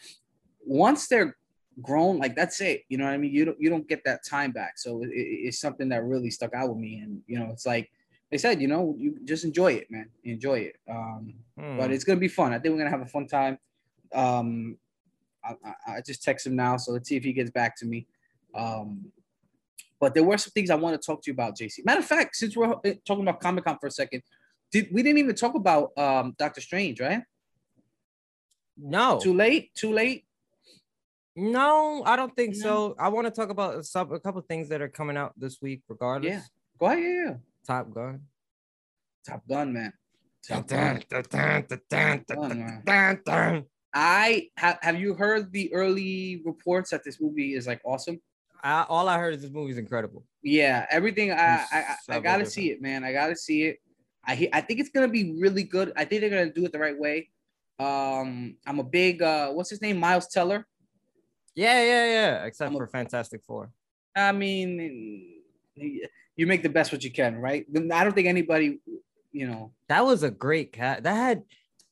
[SPEAKER 1] once they're grown like that's it you know what i mean you don't you don't get that time back so it, it- it's something that really stuck out with me and you know it's like they said you know you just enjoy it man enjoy it um
[SPEAKER 2] Hmm.
[SPEAKER 1] but it's gonna be fun i think we're gonna have a fun time um I, I, I just text him now so let's see if he gets back to me um but there were some things I want to talk to you about, JC. Matter of fact, since we're uh, talking about Comic Con for a second, did we didn't even talk about um, Doctor Strange, right?
[SPEAKER 2] no,
[SPEAKER 1] Too late, too late.
[SPEAKER 2] no, I don't think
[SPEAKER 1] No.
[SPEAKER 2] so. I want to talk about a, sub, a couple things that are coming out this week, regardless.
[SPEAKER 1] Yeah. Go ahead, yeah, yeah.
[SPEAKER 2] Top Gun.
[SPEAKER 1] Top Gun, man. Top Gun. Oh,
[SPEAKER 2] I
[SPEAKER 1] I have. Have you heard the early reports that this movie is like awesome?
[SPEAKER 2] all I heard is this movie's incredible.
[SPEAKER 1] Yeah, everything. I I, I, I gotta
[SPEAKER 2] Several different-
[SPEAKER 1] see it, man. I gotta see it. I he- I think it's gonna be really good. I think they're gonna do it the right way. Um, I'm a big uh, what's his name, Miles Teller.
[SPEAKER 2] Yeah, yeah, yeah. Except
[SPEAKER 1] I'm a-
[SPEAKER 2] for Fantastic Four.
[SPEAKER 1] I mean, you make the best what you can, right? I don't think anybody, you know.
[SPEAKER 2] That was a great cat. That had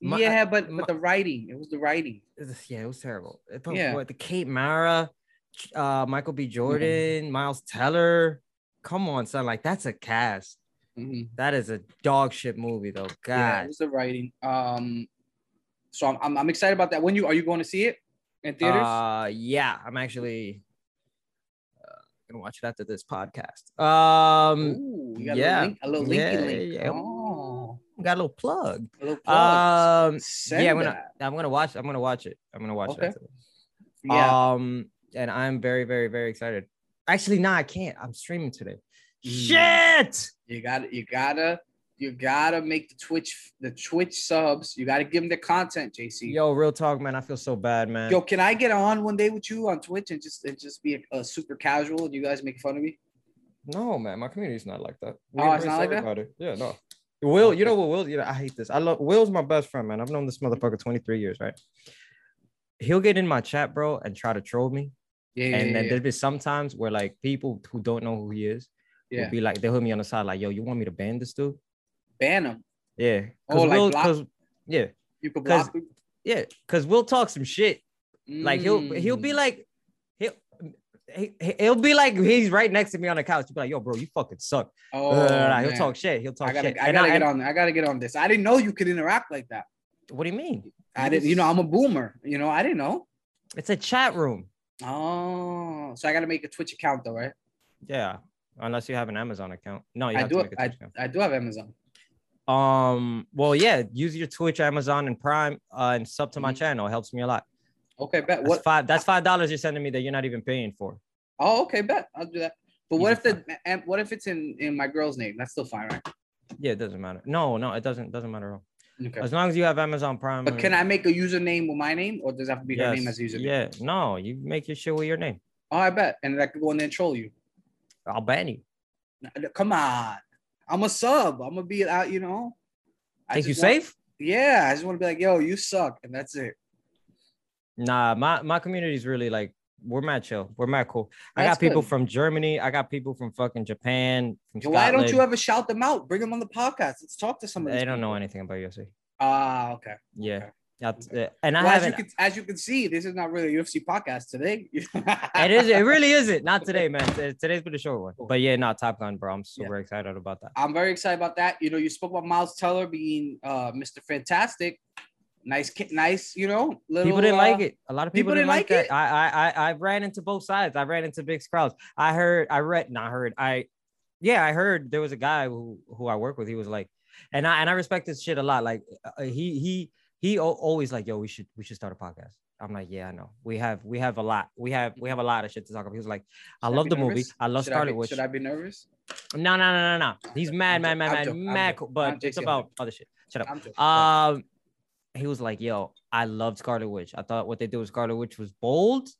[SPEAKER 2] My-
[SPEAKER 1] yeah, but
[SPEAKER 2] my-
[SPEAKER 1] but the writing, it was the writing.
[SPEAKER 2] yeah, it was terrible. It put-
[SPEAKER 1] Yeah.
[SPEAKER 2] what, the Kate Mara, uh, Michael B. Jordan,
[SPEAKER 1] Mm-hmm.
[SPEAKER 2] Miles Teller. Come on, son. Like that's a cast.
[SPEAKER 1] Mhm.
[SPEAKER 2] That is a dog shit movie though. God.
[SPEAKER 1] Yeah, it was the writing. Um, so I'm, I'm I'm excited about that. When you are you going to see it in theaters?
[SPEAKER 2] Uh, yeah, I'm actually uh, gonna watch it after this podcast. Um,
[SPEAKER 1] Ooh, you got
[SPEAKER 2] yeah.
[SPEAKER 1] a little, link, a little linky
[SPEAKER 2] Yeah,
[SPEAKER 1] link.
[SPEAKER 2] yeah.
[SPEAKER 1] Oh,
[SPEAKER 2] got a little plug.
[SPEAKER 1] a little plug.
[SPEAKER 2] Um,
[SPEAKER 1] Send
[SPEAKER 2] yeah, I'm gonna,
[SPEAKER 1] that.
[SPEAKER 2] I'm gonna watch. I'm gonna watch it. I'm gonna watch
[SPEAKER 1] Okay.
[SPEAKER 2] it. After this.
[SPEAKER 1] Yeah.
[SPEAKER 2] Um, and I'm very, very, very excited. Actually, no, I can't. I'm streaming today.
[SPEAKER 1] Mm.
[SPEAKER 2] Shit!
[SPEAKER 1] You got you gotta you gotta make the Twitch the Twitch subs. You gotta give them the content, JC.
[SPEAKER 2] Yo, real talk, man. I feel so bad, man.
[SPEAKER 1] Yo, can I get on one day with you on Twitch and just and just be a, a super casual and you guys make fun of me?
[SPEAKER 2] No, man, my community's not like that. We
[SPEAKER 1] Oh, it's
[SPEAKER 2] embrace
[SPEAKER 1] not like that?
[SPEAKER 2] everybody. Yeah, no. Will, you know what? Will, you know, I hate this. I love Will's my best friend, man. I've known this motherfucker 23 years, right? He'll get in my chat, bro, and try to troll me.
[SPEAKER 1] Yeah, yeah,
[SPEAKER 2] and then
[SPEAKER 1] yeah,
[SPEAKER 2] there'll be sometimes where like people who don't know who he is
[SPEAKER 1] yeah.
[SPEAKER 2] will be like, they'll hit me on the side, like, yo, you want me to ban this dude?
[SPEAKER 1] ban them.
[SPEAKER 2] Yeah. 'Cause
[SPEAKER 1] Oh, like
[SPEAKER 2] Will-
[SPEAKER 1] block-
[SPEAKER 2] 'cause- yeah.
[SPEAKER 1] You could
[SPEAKER 2] 'Cause-
[SPEAKER 1] block. people.
[SPEAKER 2] Yeah. Cause we'll talk some shit. Like he'll he'll be
[SPEAKER 1] Mm.
[SPEAKER 2] like he'll he, he- he'll be like he's right next to me on the couch. He'll be like, yo, bro, you fucking suck.
[SPEAKER 1] oh,
[SPEAKER 2] Blah, blah, blah, blah. he'll
[SPEAKER 1] man.
[SPEAKER 2] talk shit. He'll talk
[SPEAKER 1] I gotta,
[SPEAKER 2] shit.
[SPEAKER 1] I
[SPEAKER 2] And
[SPEAKER 1] gotta get
[SPEAKER 2] and-
[SPEAKER 1] on. I gotta get on this. I didn't know you could interact like that.
[SPEAKER 2] What do you mean?
[SPEAKER 1] I didn't. You know, I'm a boomer. You know, I didn't know.
[SPEAKER 2] It's a chat room.
[SPEAKER 1] Oh, so I gotta make a Twitch account though, right?
[SPEAKER 2] Yeah. Unless you have an Amazon account. No, you
[SPEAKER 1] I
[SPEAKER 2] have
[SPEAKER 1] do.
[SPEAKER 2] to make a
[SPEAKER 1] I,
[SPEAKER 2] Twitch account.
[SPEAKER 1] I do have Amazon.
[SPEAKER 2] Um, well, yeah, use your Twitch, Amazon, and Prime uh, and sub to my
[SPEAKER 1] Mhm.
[SPEAKER 2] channel. It helps me a lot.
[SPEAKER 1] Okay, bet.
[SPEAKER 2] That's
[SPEAKER 1] What?
[SPEAKER 2] five that's five dollars you're sending me that you're not even paying for.
[SPEAKER 1] Oh, okay, bet. I'll do that. But
[SPEAKER 2] You
[SPEAKER 1] what
[SPEAKER 2] can
[SPEAKER 1] if the and what if it's in in my girl's name? That's still fine, right?
[SPEAKER 2] Yeah, it doesn't matter. No, no, it doesn't doesn't matter at all.
[SPEAKER 1] Okay.
[SPEAKER 2] As long as you have Amazon Prime.
[SPEAKER 1] But can I make a username with my name, or does it have to be her name as a username?
[SPEAKER 2] Yeah, no, you make your shit with your name.
[SPEAKER 1] Oh, I bet. And I could go in there and troll you.
[SPEAKER 2] I'll ban you.
[SPEAKER 1] N- Come on. I'm a sub. I'm gonna be out, you know. I
[SPEAKER 2] Think you
[SPEAKER 1] just want-
[SPEAKER 2] safe?
[SPEAKER 1] Yeah, I just want to be like, yo, you suck, and that's it.
[SPEAKER 2] Nah, my my community's really like we're mad chill. We're mad cool. I
[SPEAKER 1] That's
[SPEAKER 2] got people
[SPEAKER 1] good.
[SPEAKER 2] from Germany. I got people from fucking Japan. From
[SPEAKER 1] Yo, Why don't you
[SPEAKER 2] Scotland.
[SPEAKER 1] ever shout them out? Bring them on the podcast. Let's talk to somebody.
[SPEAKER 2] They don't know anything about UFC.
[SPEAKER 1] Ah, okay.
[SPEAKER 2] Yeah,
[SPEAKER 1] Okay.
[SPEAKER 2] That's it. And I
[SPEAKER 1] Well, as you
[SPEAKER 2] haven't.
[SPEAKER 1] can as you can see, this is not really a UFC podcast today.
[SPEAKER 2] it is. It really isn't. Not today, man. T- Today's been a short one. But yeah, not Top Gun, bro. I'm super excited about that.
[SPEAKER 1] I'm very excited about that. You know, you spoke about Miles Teller being uh, Mr. Fantastic. Nice, ki- nice. You know, little,
[SPEAKER 2] people didn't like
[SPEAKER 1] uh,
[SPEAKER 2] it. A lot of people, didn't like it. I, I I I ran into both sides. I ran into big crowds. I heard. I read. Not heard. I yeah. I heard there was a guy who who I work with. He was like, and I and I respect this shit a lot. Like uh, he he he al- always like yo. We should we should start a podcast. I'm like yeah. I know. We have we have a lot. We have we have a lot of shit to talk about. He was like, I
[SPEAKER 1] Should
[SPEAKER 2] love
[SPEAKER 1] be
[SPEAKER 2] the movie.
[SPEAKER 1] nervous?
[SPEAKER 2] I love
[SPEAKER 1] should I
[SPEAKER 2] Scarlet
[SPEAKER 1] be,
[SPEAKER 2] Witch.
[SPEAKER 1] Should I be nervous?
[SPEAKER 2] No, no, no, no, no. He's mad,
[SPEAKER 1] I'm
[SPEAKER 2] mad, mad,
[SPEAKER 1] joking, I'm
[SPEAKER 2] mad,
[SPEAKER 1] joking, I'm
[SPEAKER 2] mad. cool, But
[SPEAKER 1] I'm
[SPEAKER 2] it's
[SPEAKER 1] joking, I'm
[SPEAKER 2] about other shit. Shut
[SPEAKER 1] I'm joking.
[SPEAKER 2] up. Um, he was like, "Yo, I loved Scarlet Witch. I thought what they did with Scarlet Witch was bold.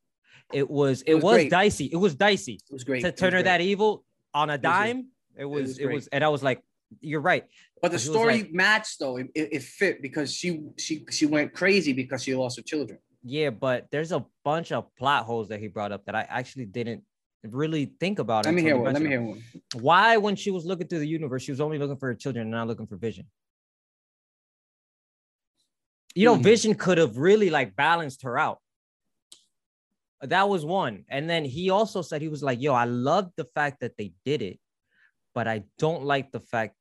[SPEAKER 2] It was, it,
[SPEAKER 1] was
[SPEAKER 2] was,
[SPEAKER 1] great.
[SPEAKER 2] dicey. It was dicey
[SPEAKER 1] it was great.
[SPEAKER 2] to
[SPEAKER 1] It was
[SPEAKER 2] turn her
[SPEAKER 1] great.
[SPEAKER 2] that evil on a
[SPEAKER 1] was great.
[SPEAKER 2] dime. It was, it was,
[SPEAKER 1] was great.
[SPEAKER 2] and I was like, you're right.
[SPEAKER 1] But the
[SPEAKER 2] he was
[SPEAKER 1] story
[SPEAKER 2] like-
[SPEAKER 1] matched though. It, it, it fit because she she she went crazy because she lost her children.
[SPEAKER 2] Yeah, but there's a bunch of plot holes that he brought up that I actually didn't really think about.
[SPEAKER 1] Let me
[SPEAKER 2] until
[SPEAKER 1] hear
[SPEAKER 2] you
[SPEAKER 1] one. Let
[SPEAKER 2] mentioned
[SPEAKER 1] me
[SPEAKER 2] them.
[SPEAKER 1] hear one.
[SPEAKER 2] Why, when she was looking through the universe, she was only looking for her children and not looking for Vision. You know,
[SPEAKER 1] Hmm.
[SPEAKER 2] Vision could have really like balanced her out. That was one. And then he also said he was like, "Yo, I love the fact that they did it, but I don't like the fact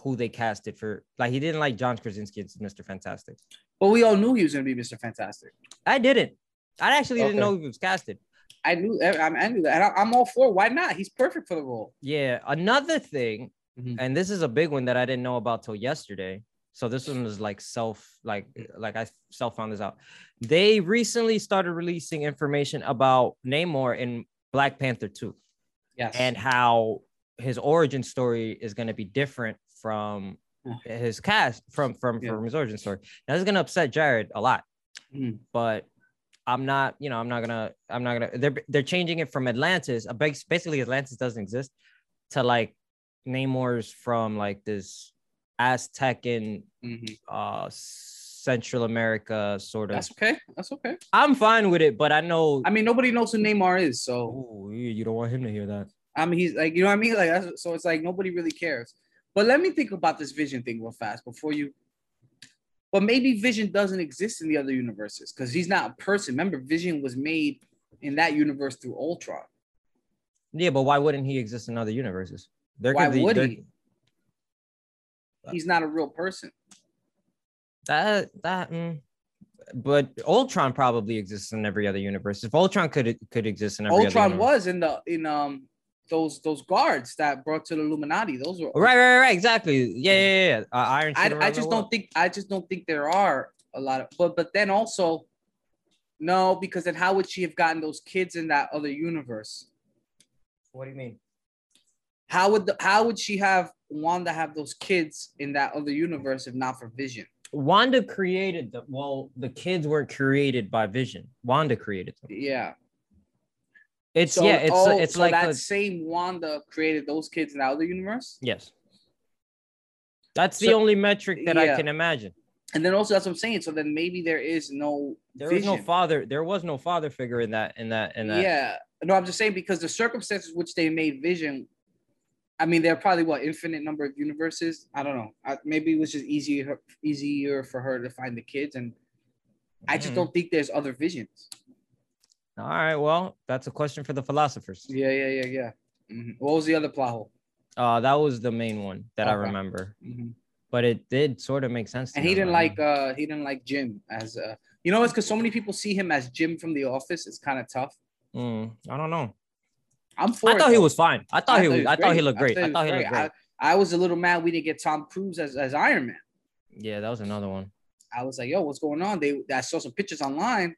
[SPEAKER 2] who they casted for." Like, he didn't like John Krasinski as Mister Fantastic.
[SPEAKER 1] But we all knew he was gonna be Mr. Fantastic.
[SPEAKER 2] I didn't. I actually
[SPEAKER 1] Okay.
[SPEAKER 2] didn't know he was casted.
[SPEAKER 1] I knew. I, I knew that. And I, I'm all for. it. Why not? He's perfect for the role.
[SPEAKER 2] Yeah. Another thing,
[SPEAKER 1] Mhm.
[SPEAKER 2] and this is a big one that I didn't know about till yesterday. So this one was like self, like like I self found this out. They recently started releasing information about Namor in Black Panther 2
[SPEAKER 1] Yes.
[SPEAKER 2] and how his origin story is going to be different from
[SPEAKER 1] Yeah.
[SPEAKER 2] his cast from from
[SPEAKER 1] Yeah.
[SPEAKER 2] from his origin story. Now this is going to upset Jared a lot,
[SPEAKER 1] Mhm.
[SPEAKER 2] but I'm not, you know, I'm not gonna, I'm not gonna. They're they're changing it from Atlantis, a bas- basically Atlantis doesn't exist, to like Namor's from like this Aztecan
[SPEAKER 1] Mhm.
[SPEAKER 2] uh Central America sort of.
[SPEAKER 1] That's okay. That's okay.
[SPEAKER 2] I'm fine with it, but I know.
[SPEAKER 1] I mean, nobody knows who Neymar is, so
[SPEAKER 2] Ooh, you you don't want him to hear that.
[SPEAKER 1] I mean, he's like, you know what I mean? Like, that's, so it's like nobody really cares. But let me think about this Vision thing real fast before you. But maybe Vision doesn't exist in the other universes because he's not a person. Remember, Vision was made in that universe through Ultron.
[SPEAKER 2] Yeah, but why wouldn't he exist in other universes? There
[SPEAKER 1] Why
[SPEAKER 2] could be-
[SPEAKER 1] would
[SPEAKER 2] there-
[SPEAKER 1] he? He's not a real person.
[SPEAKER 2] That that. mm. But Ultron probably exists in every other universe. If Ultron could could exist in every other
[SPEAKER 1] Ultron
[SPEAKER 2] universe.
[SPEAKER 1] was in the in um those those guards that brought to the Illuminati. Those were
[SPEAKER 2] Right, right, right, exactly. Yeah, yeah, yeah. Uh, Iron. Sheet
[SPEAKER 1] I, I
[SPEAKER 2] around the
[SPEAKER 1] just
[SPEAKER 2] world.
[SPEAKER 1] don't think I just don't think there are a lot of but but then also no because then how would she have gotten those kids in that other universe?
[SPEAKER 2] What do you mean?
[SPEAKER 1] How would the, how would she have Wanda have those kids in that other universe if not for Vision?
[SPEAKER 2] Wanda created the well. The kids were created by Vision. Wanda created them.
[SPEAKER 1] Yeah.
[SPEAKER 2] It's yeah. It's
[SPEAKER 1] oh,
[SPEAKER 2] it's
[SPEAKER 1] so
[SPEAKER 2] like
[SPEAKER 1] that
[SPEAKER 2] a-
[SPEAKER 1] same Wanda created those kids in that other universe.
[SPEAKER 2] yes. That's the
[SPEAKER 1] So-
[SPEAKER 2] only metric that I
[SPEAKER 1] yeah.
[SPEAKER 2] can imagine.
[SPEAKER 1] And then also that's what I'm saying. So then maybe there is no
[SPEAKER 2] There was
[SPEAKER 1] vision.
[SPEAKER 2] no father. There was no father figure in that. In that. In that.
[SPEAKER 1] Yeah. No, I'm just saying because the circumstances which they made Vision, I mean, there are probably what infinite number of universes. I don't know. I, maybe it was just easier easier for her to find the kids, and I just
[SPEAKER 2] Mm.
[SPEAKER 1] don't think there's other visions.
[SPEAKER 2] All right. Well, that's a question for the philosophers.
[SPEAKER 1] Yeah, yeah, yeah, yeah. Mhm. What was the other plot hole?
[SPEAKER 2] Uh, that was the main one that I
[SPEAKER 1] Okay.
[SPEAKER 2] remember.
[SPEAKER 1] Mhm.
[SPEAKER 2] But it did sort of make sense. to
[SPEAKER 1] And he
[SPEAKER 2] them,
[SPEAKER 1] didn't
[SPEAKER 2] I
[SPEAKER 1] like
[SPEAKER 2] mean.
[SPEAKER 1] uh he didn't like Jim as uh you know it's because so many people see him as Jim from The Office. It's kind of tough.
[SPEAKER 2] Mm, I don't know.
[SPEAKER 1] I'm for
[SPEAKER 2] I
[SPEAKER 1] it,
[SPEAKER 2] thought he
[SPEAKER 1] uh, though.
[SPEAKER 2] was fine. I thought he was. I thought he looked great.
[SPEAKER 1] was
[SPEAKER 2] I thought he looked great.
[SPEAKER 1] I, I was a little mad we didn't get Tom Cruise as, as Iron Man.
[SPEAKER 2] Yeah, that was another one.
[SPEAKER 1] I was like, yo, what's going on? They I saw some pictures online.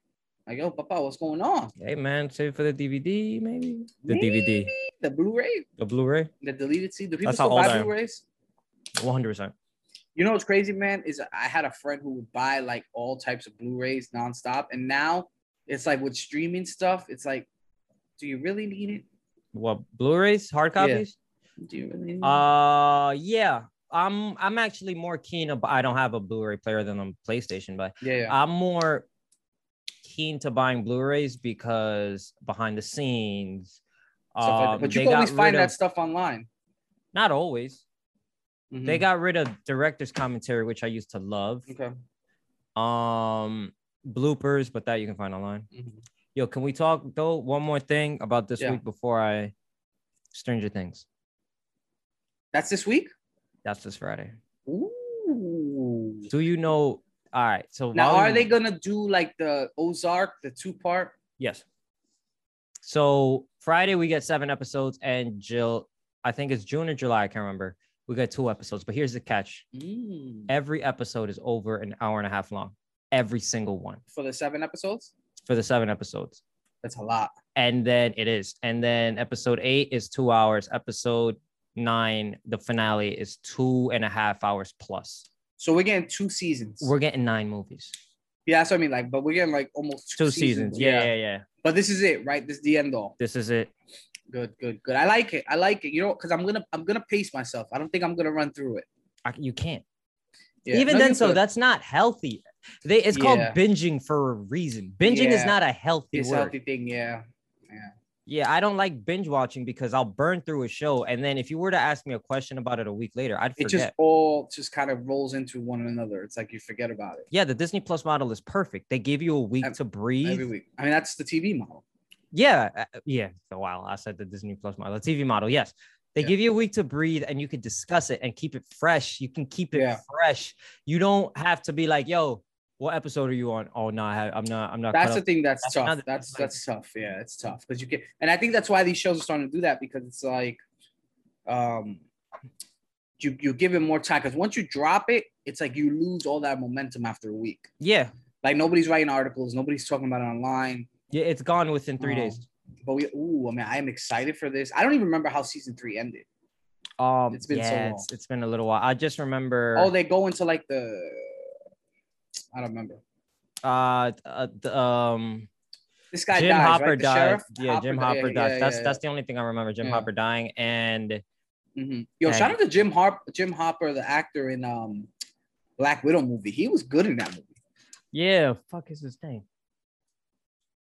[SPEAKER 1] Like, yo, Papa, what's going on?
[SPEAKER 2] Hey man, save it for the DVD, maybe the
[SPEAKER 1] Maybe.
[SPEAKER 2] DVD,
[SPEAKER 1] The Blu-ray,
[SPEAKER 2] the Blu-ray,
[SPEAKER 1] the deleted scene. Do people
[SPEAKER 2] That's how
[SPEAKER 1] still
[SPEAKER 2] old I
[SPEAKER 1] buy
[SPEAKER 2] am.
[SPEAKER 1] Blu-rays?
[SPEAKER 2] one hundred percent.
[SPEAKER 1] You know what's crazy, man? Is I had a friend who would buy like all types of Blu-rays nonstop, and now it's like with streaming stuff, it's like, do you really need it?
[SPEAKER 2] What Blu-rays, hard
[SPEAKER 1] Yeah.
[SPEAKER 2] copies?
[SPEAKER 1] Do you really need it?
[SPEAKER 2] Uh, yeah. I'm I'm actually more keen about. I don't have a Blu-ray player than on PlayStation, but
[SPEAKER 1] Yeah, yeah.
[SPEAKER 2] I'm more keen to buying Blu-rays because behind the scenes,
[SPEAKER 1] Stuff like that.
[SPEAKER 2] um,
[SPEAKER 1] But you
[SPEAKER 2] they
[SPEAKER 1] can
[SPEAKER 2] got
[SPEAKER 1] always
[SPEAKER 2] rid
[SPEAKER 1] find
[SPEAKER 2] of-
[SPEAKER 1] that stuff online.
[SPEAKER 2] Not always.
[SPEAKER 1] Mhm.
[SPEAKER 2] They got rid of director's commentary, which I used to love.
[SPEAKER 1] okay.
[SPEAKER 2] um bloopers, but that you can find online. Yo, can we talk though? One more thing about this
[SPEAKER 1] Yeah.
[SPEAKER 2] week before I Stranger Things.
[SPEAKER 1] That's this week.
[SPEAKER 2] That's this Friday.
[SPEAKER 1] Ooh.
[SPEAKER 2] Do you know? All right. So
[SPEAKER 1] Now,
[SPEAKER 2] while
[SPEAKER 1] are
[SPEAKER 2] we-
[SPEAKER 1] they gonna do like the Ozark, the two part?
[SPEAKER 2] Yes. So Friday we get seven episodes, and Jill, I think it's June or July. I can't remember. We got two episodes, but here's the catch: every episode is over an hour and a half long. Every single one
[SPEAKER 1] for the seven episodes?
[SPEAKER 2] for the seven episodes.
[SPEAKER 1] That's a lot.
[SPEAKER 2] and then it is and then episode eight is two hours episode nine the finale is two and a half hours plus
[SPEAKER 1] So we're getting two seasons.
[SPEAKER 2] we're getting nine movies
[SPEAKER 1] yeah, that's what I mean. Like, but we're getting like almost two,
[SPEAKER 2] two seasons yeah yeah yeah,
[SPEAKER 1] But this is it, right? This is the end all.
[SPEAKER 2] this is it
[SPEAKER 1] Good, good, good. I like it. I like it. You know, because I'm gonna I'm gonna pace myself. I don't think I'm gonna run through it.
[SPEAKER 2] I, you can't
[SPEAKER 1] Yeah.
[SPEAKER 2] even
[SPEAKER 1] No,
[SPEAKER 2] then
[SPEAKER 1] you're
[SPEAKER 2] so
[SPEAKER 1] good.
[SPEAKER 2] that's not healthy they it's called
[SPEAKER 1] Yeah.
[SPEAKER 2] binging for a reason binging is
[SPEAKER 1] Yeah.
[SPEAKER 2] not a healthy
[SPEAKER 1] it's a
[SPEAKER 2] word
[SPEAKER 1] healthy thing. Yeah.
[SPEAKER 2] yeah i don't like binge watching because i'll burn through a show and then if you were to ask me a question about it a week later i'd
[SPEAKER 1] It
[SPEAKER 2] forget
[SPEAKER 1] just all just kind of rolls into one another. It's like you forget about it
[SPEAKER 2] yeah the disney plus model is perfect they give you a week
[SPEAKER 1] Ev-
[SPEAKER 2] to breathe
[SPEAKER 1] every week. I mean, that's the TV model.
[SPEAKER 2] Yeah, uh, yeah. So wow, I said the Disney Plus model, the TV model. Yes, they
[SPEAKER 1] Yeah.
[SPEAKER 2] give you a week to breathe, and you can discuss it and keep it fresh. You can keep it
[SPEAKER 1] Yeah.
[SPEAKER 2] fresh. You don't have to be like, "Yo, what episode are you on?" Oh no, I have, I'm not. I'm not. caught
[SPEAKER 1] That's the
[SPEAKER 2] up."
[SPEAKER 1] thing that's,
[SPEAKER 2] That's
[SPEAKER 1] tough.
[SPEAKER 2] another thing,
[SPEAKER 1] That's
[SPEAKER 2] like-
[SPEAKER 1] that's tough. Yeah, it's tough because you can, and I think that's why these shows are starting to do that because it's like, um, you you give it more time because once you drop it, it's like you lose all that momentum after a week.
[SPEAKER 2] yeah,
[SPEAKER 1] Like nobody's writing articles, nobody's talking about it online.
[SPEAKER 2] yeah. It's gone within three
[SPEAKER 1] Um,
[SPEAKER 2] days.
[SPEAKER 1] But we, ooh, I mean, I am excited for this. I don't even remember how season three ended.
[SPEAKER 2] Um,
[SPEAKER 1] it's been so
[SPEAKER 2] yeah,
[SPEAKER 1] long.
[SPEAKER 2] It's, it's been a little while. I just remember.
[SPEAKER 1] Oh, they go into like the, I don't remember.
[SPEAKER 2] uh, uh, the, um,
[SPEAKER 1] This guy
[SPEAKER 2] Jim
[SPEAKER 1] dies,
[SPEAKER 2] Hopper
[SPEAKER 1] right? The
[SPEAKER 2] died.
[SPEAKER 1] sheriff?
[SPEAKER 2] Yeah, Jim
[SPEAKER 1] di-
[SPEAKER 2] Hopper
[SPEAKER 1] yeah,
[SPEAKER 2] died.
[SPEAKER 1] yeah,
[SPEAKER 2] that's
[SPEAKER 1] yeah.
[SPEAKER 2] that's the only thing I remember. Jim
[SPEAKER 1] Yeah.
[SPEAKER 2] Hopper dying, and
[SPEAKER 1] Mhm. Yo,
[SPEAKER 2] And-
[SPEAKER 1] shout out to Jim Harp, Jim Hopper, the actor in um Black Widow movie. He was good in that movie.
[SPEAKER 2] yeah, fuck is his name?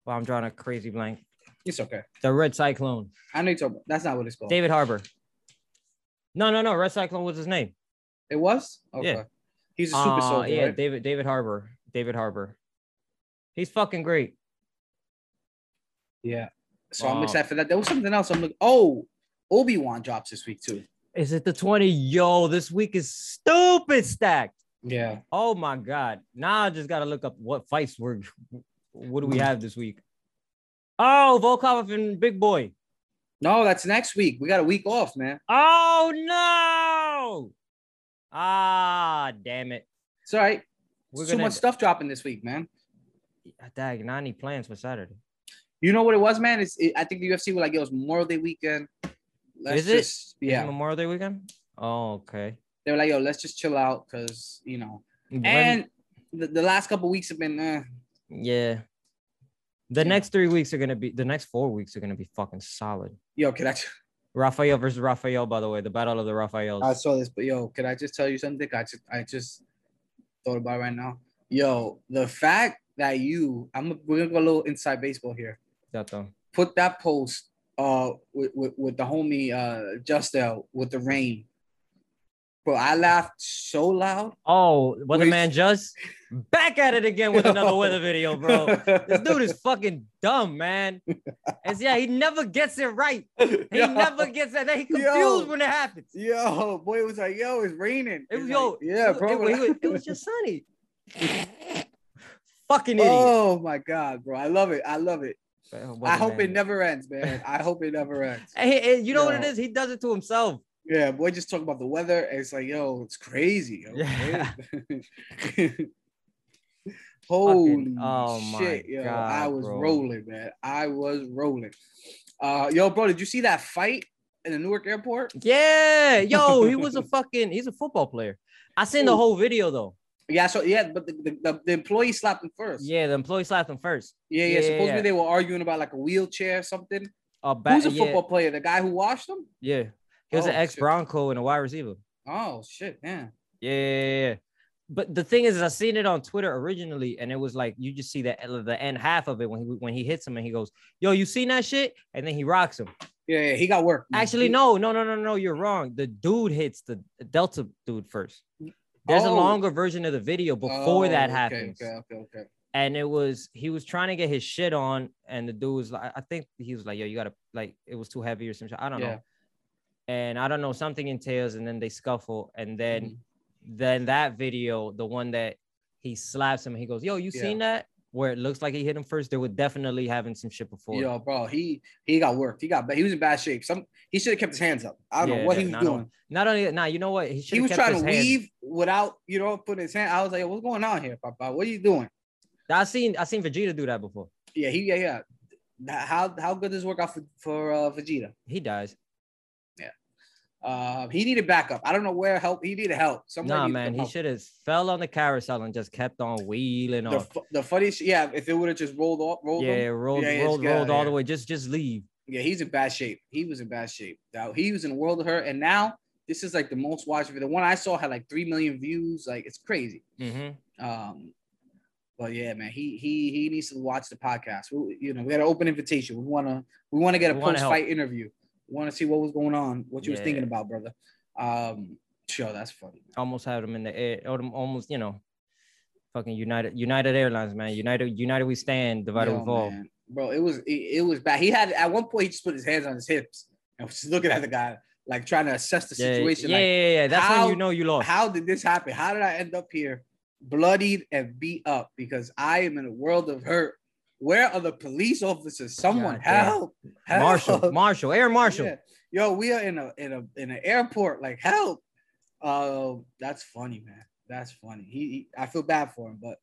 [SPEAKER 2] Well, I'm drawing a crazy blank.
[SPEAKER 1] It's okay.
[SPEAKER 2] The Red Cyclone.
[SPEAKER 1] I know you're talking. About, that's not what it's called.
[SPEAKER 2] David Harbor. No, no, no. Red Cyclone was his name.
[SPEAKER 1] it was okay.
[SPEAKER 2] Yeah.
[SPEAKER 1] He's a super
[SPEAKER 2] Uh,
[SPEAKER 1] soldier.
[SPEAKER 2] yeah,
[SPEAKER 1] right?
[SPEAKER 2] David David Harbor. David Harbor. He's fucking great.
[SPEAKER 1] yeah. So
[SPEAKER 2] Wow.
[SPEAKER 1] I'm excited for that. There was something else. I'm like, oh, Obi Wan drops this week too.
[SPEAKER 2] Is it the 20? Yo, this week is stupid stacked.
[SPEAKER 1] Yeah.
[SPEAKER 2] Oh my god. Now I just gotta look up what fights were what do
[SPEAKER 1] Hmm.
[SPEAKER 2] we have this week? Oh, Volkov and Big Boy.
[SPEAKER 1] No, that's next week. We got a week off, man.
[SPEAKER 2] Oh no. Ah, damn it.
[SPEAKER 1] It's all right.
[SPEAKER 2] We're
[SPEAKER 1] Too
[SPEAKER 2] gonna uh,
[SPEAKER 1] much stuff dropping this week, man.
[SPEAKER 2] dag. Now I need plans for Saturday.
[SPEAKER 1] You know what it was, man? It's it, I think the UFC was like, yo, it's Memorial Day weekend. Let's
[SPEAKER 2] Is it?
[SPEAKER 1] just
[SPEAKER 2] Is it
[SPEAKER 1] yeah.
[SPEAKER 2] Memorial Day weekend? Oh, okay.
[SPEAKER 1] They were like, yo, let's just chill out because you know
[SPEAKER 2] When-
[SPEAKER 1] and the, the last couple weeks have been uh,
[SPEAKER 2] Yeah. The
[SPEAKER 1] Yeah.
[SPEAKER 2] next three weeks are gonna be the next four weeks are gonna be fucking solid.
[SPEAKER 1] yo could I, ju-
[SPEAKER 2] Raphael versus Raphael, by the way, the battle of the Raphaels.
[SPEAKER 1] I saw this but yo could i just tell you something i just i just thought about right now yo the fact that you i'm we're gonna go a little inside baseball here
[SPEAKER 2] that though.
[SPEAKER 1] put that post uh with with, with the homie uh justel with the rain bro i laughed so loud
[SPEAKER 2] Oh, weatherman
[SPEAKER 1] Wait.
[SPEAKER 2] just back at it again with another
[SPEAKER 1] Yo.
[SPEAKER 2] weather video, bro. This dude is fucking dumb, man. It's yeah, he never gets it right. He
[SPEAKER 1] Yo.
[SPEAKER 2] never gets it. He confused
[SPEAKER 1] Yo.
[SPEAKER 2] when it happens.
[SPEAKER 1] Yo, boy, it was like, yo, it's raining.
[SPEAKER 2] It
[SPEAKER 1] It's
[SPEAKER 2] was
[SPEAKER 1] like,
[SPEAKER 2] yo,
[SPEAKER 1] yeah,
[SPEAKER 2] it,
[SPEAKER 1] bro.
[SPEAKER 2] It, it- it was just sunny. fucking idiot. oh,
[SPEAKER 1] oh my god, bro, I love it. I love it. I hope it
[SPEAKER 2] Weatherman.
[SPEAKER 1] never ends, man. I hope it never ends.
[SPEAKER 2] Hey, hey, you know what it
[SPEAKER 1] Yo.
[SPEAKER 2] is? He does it to himself.
[SPEAKER 1] Yeah, boy, just talk about the weather. and it's like, yo, it's crazy. yo,
[SPEAKER 2] Yeah.
[SPEAKER 1] crazy. Holy
[SPEAKER 2] oh my
[SPEAKER 1] shit, yo! I
[SPEAKER 2] God,
[SPEAKER 1] was
[SPEAKER 2] bro.
[SPEAKER 1] rolling, man. I was rolling. Uh, yo, bro, did you see that fight in the Newark airport?
[SPEAKER 2] Yeah, yo, he was a fucking he's a football player. I seen the
[SPEAKER 1] Ooh.
[SPEAKER 2] whole video though.
[SPEAKER 1] Yeah, so yeah, but the, the, the, the employee slapped him first. Yeah,
[SPEAKER 2] Yeah, the employee slapped him first.
[SPEAKER 1] yeah.
[SPEAKER 2] yeah,
[SPEAKER 1] Supposedly
[SPEAKER 2] yeah.
[SPEAKER 1] they were arguing about like a wheelchair or something.
[SPEAKER 2] Uh, ba-
[SPEAKER 1] Who's a
[SPEAKER 2] yeah,
[SPEAKER 1] football player? The guy who washed him?
[SPEAKER 2] Yeah, he was
[SPEAKER 1] Oh,
[SPEAKER 2] an ex
[SPEAKER 1] shit.
[SPEAKER 2] Bronco and a wide receiver.
[SPEAKER 1] Oh shit, yeah.
[SPEAKER 2] Yeah, yeah, yeah, yeah. But the thing is, is I seen it on Twitter originally, and it was like you just see the the end half of it when he when he hits him and he goes, "Yo, you seen that shit?" And then he rocks him.
[SPEAKER 1] Yeah, yeah, he got work.
[SPEAKER 2] Actually, no, no, no, no, no. You're wrong. The dude hits the Delta dude first. There's
[SPEAKER 1] Oh.
[SPEAKER 2] a longer version of the video before
[SPEAKER 1] Oh,
[SPEAKER 2] that
[SPEAKER 1] okay,
[SPEAKER 2] happens.
[SPEAKER 1] Okay, okay, okay.
[SPEAKER 2] and it was he was trying to get his shit on, and the dude was like, I think he was like, "Yo, you gotta like, it was too heavy or some shit." I don't
[SPEAKER 1] Yeah.
[SPEAKER 2] know. And I don't know something entails, and then they scuffle, and then
[SPEAKER 1] Mm-hmm.
[SPEAKER 2] then that video, the one that he slaps him, he goes, "Yo, you
[SPEAKER 1] Yeah.
[SPEAKER 2] seen that?" Where it looks like he hit him first, they were definitely having some shit before.
[SPEAKER 1] Yo, bro, he he got worked. He got ba- he was in bad shape. Some he should have kept his hands up. I don't know
[SPEAKER 2] Yeah,
[SPEAKER 1] what
[SPEAKER 2] yeah,
[SPEAKER 1] he was
[SPEAKER 2] no, I don't-
[SPEAKER 1] doing.
[SPEAKER 2] Not only that, nah, you know what? He,
[SPEAKER 1] He
[SPEAKER 2] should've
[SPEAKER 1] was
[SPEAKER 2] kept
[SPEAKER 1] trying
[SPEAKER 2] his
[SPEAKER 1] to
[SPEAKER 2] hand.
[SPEAKER 1] weave without you know putting his hand. I was like, what's going on here, Papa? What are you doing?
[SPEAKER 2] I seen I seen Vegeta do that before.
[SPEAKER 1] Yeah, he yeah yeah. Th- How how good does this work out for for uh, Vegeta?
[SPEAKER 2] He dies.
[SPEAKER 1] Uh, he needed backup. I don't know where help. He needed help. Somebody
[SPEAKER 2] Nah,
[SPEAKER 1] needed
[SPEAKER 2] man, he
[SPEAKER 1] help.
[SPEAKER 2] should have fell on the carousel and just kept on wheeling
[SPEAKER 1] The,
[SPEAKER 2] off.
[SPEAKER 1] fu- the funny sh- yeah. If it would have just rolled off, rolled
[SPEAKER 2] Yeah,
[SPEAKER 1] him.
[SPEAKER 2] rolled,
[SPEAKER 1] Yeah, it's
[SPEAKER 2] rolled,
[SPEAKER 1] got-
[SPEAKER 2] rolled all the
[SPEAKER 1] yeah.
[SPEAKER 2] way. Just, just leave.
[SPEAKER 1] Yeah, he's in bad shape. He was in bad shape. Now he was in a world of hurt, and now this is like the most watched video. The one I saw had like three million views. Like it's crazy.
[SPEAKER 2] Mhm.
[SPEAKER 1] Um, but yeah, man, he he he needs to watch the podcast. We, you know, we got an open invitation. We wanna we wanna get a
[SPEAKER 2] We wanna
[SPEAKER 1] post fight interview. We wanna see what was going on, what you was
[SPEAKER 2] Yeah.
[SPEAKER 1] thinking about, brother. Um, sure, that's funny.
[SPEAKER 2] Almost had him in the air. alm- Almost, you know, fucking United, United Airlines, man. United, United, we stand. Divided,
[SPEAKER 1] Yo,
[SPEAKER 2] we fall.
[SPEAKER 1] man. Bro, it was it, it was bad. He had at one point he just put his hands on his hips and was looking at the guy, like trying to assess the
[SPEAKER 2] Yeah,
[SPEAKER 1] situation.
[SPEAKER 2] yeah,
[SPEAKER 1] like,
[SPEAKER 2] yeah, yeah, That's when
[SPEAKER 1] how-
[SPEAKER 2] you know you lost.
[SPEAKER 1] how did this happen? How did I end up here bloodied and beat up? Because I am in a world of hurt. Where are the police officers? Someone
[SPEAKER 2] God damn.
[SPEAKER 1] help. help.
[SPEAKER 2] Marshall, Marshall, Air Marshall.
[SPEAKER 1] Yeah. Yo, we are in a in a in an airport. Like help. Uh, that's funny, man. That's funny. He, he- I feel bad for him, but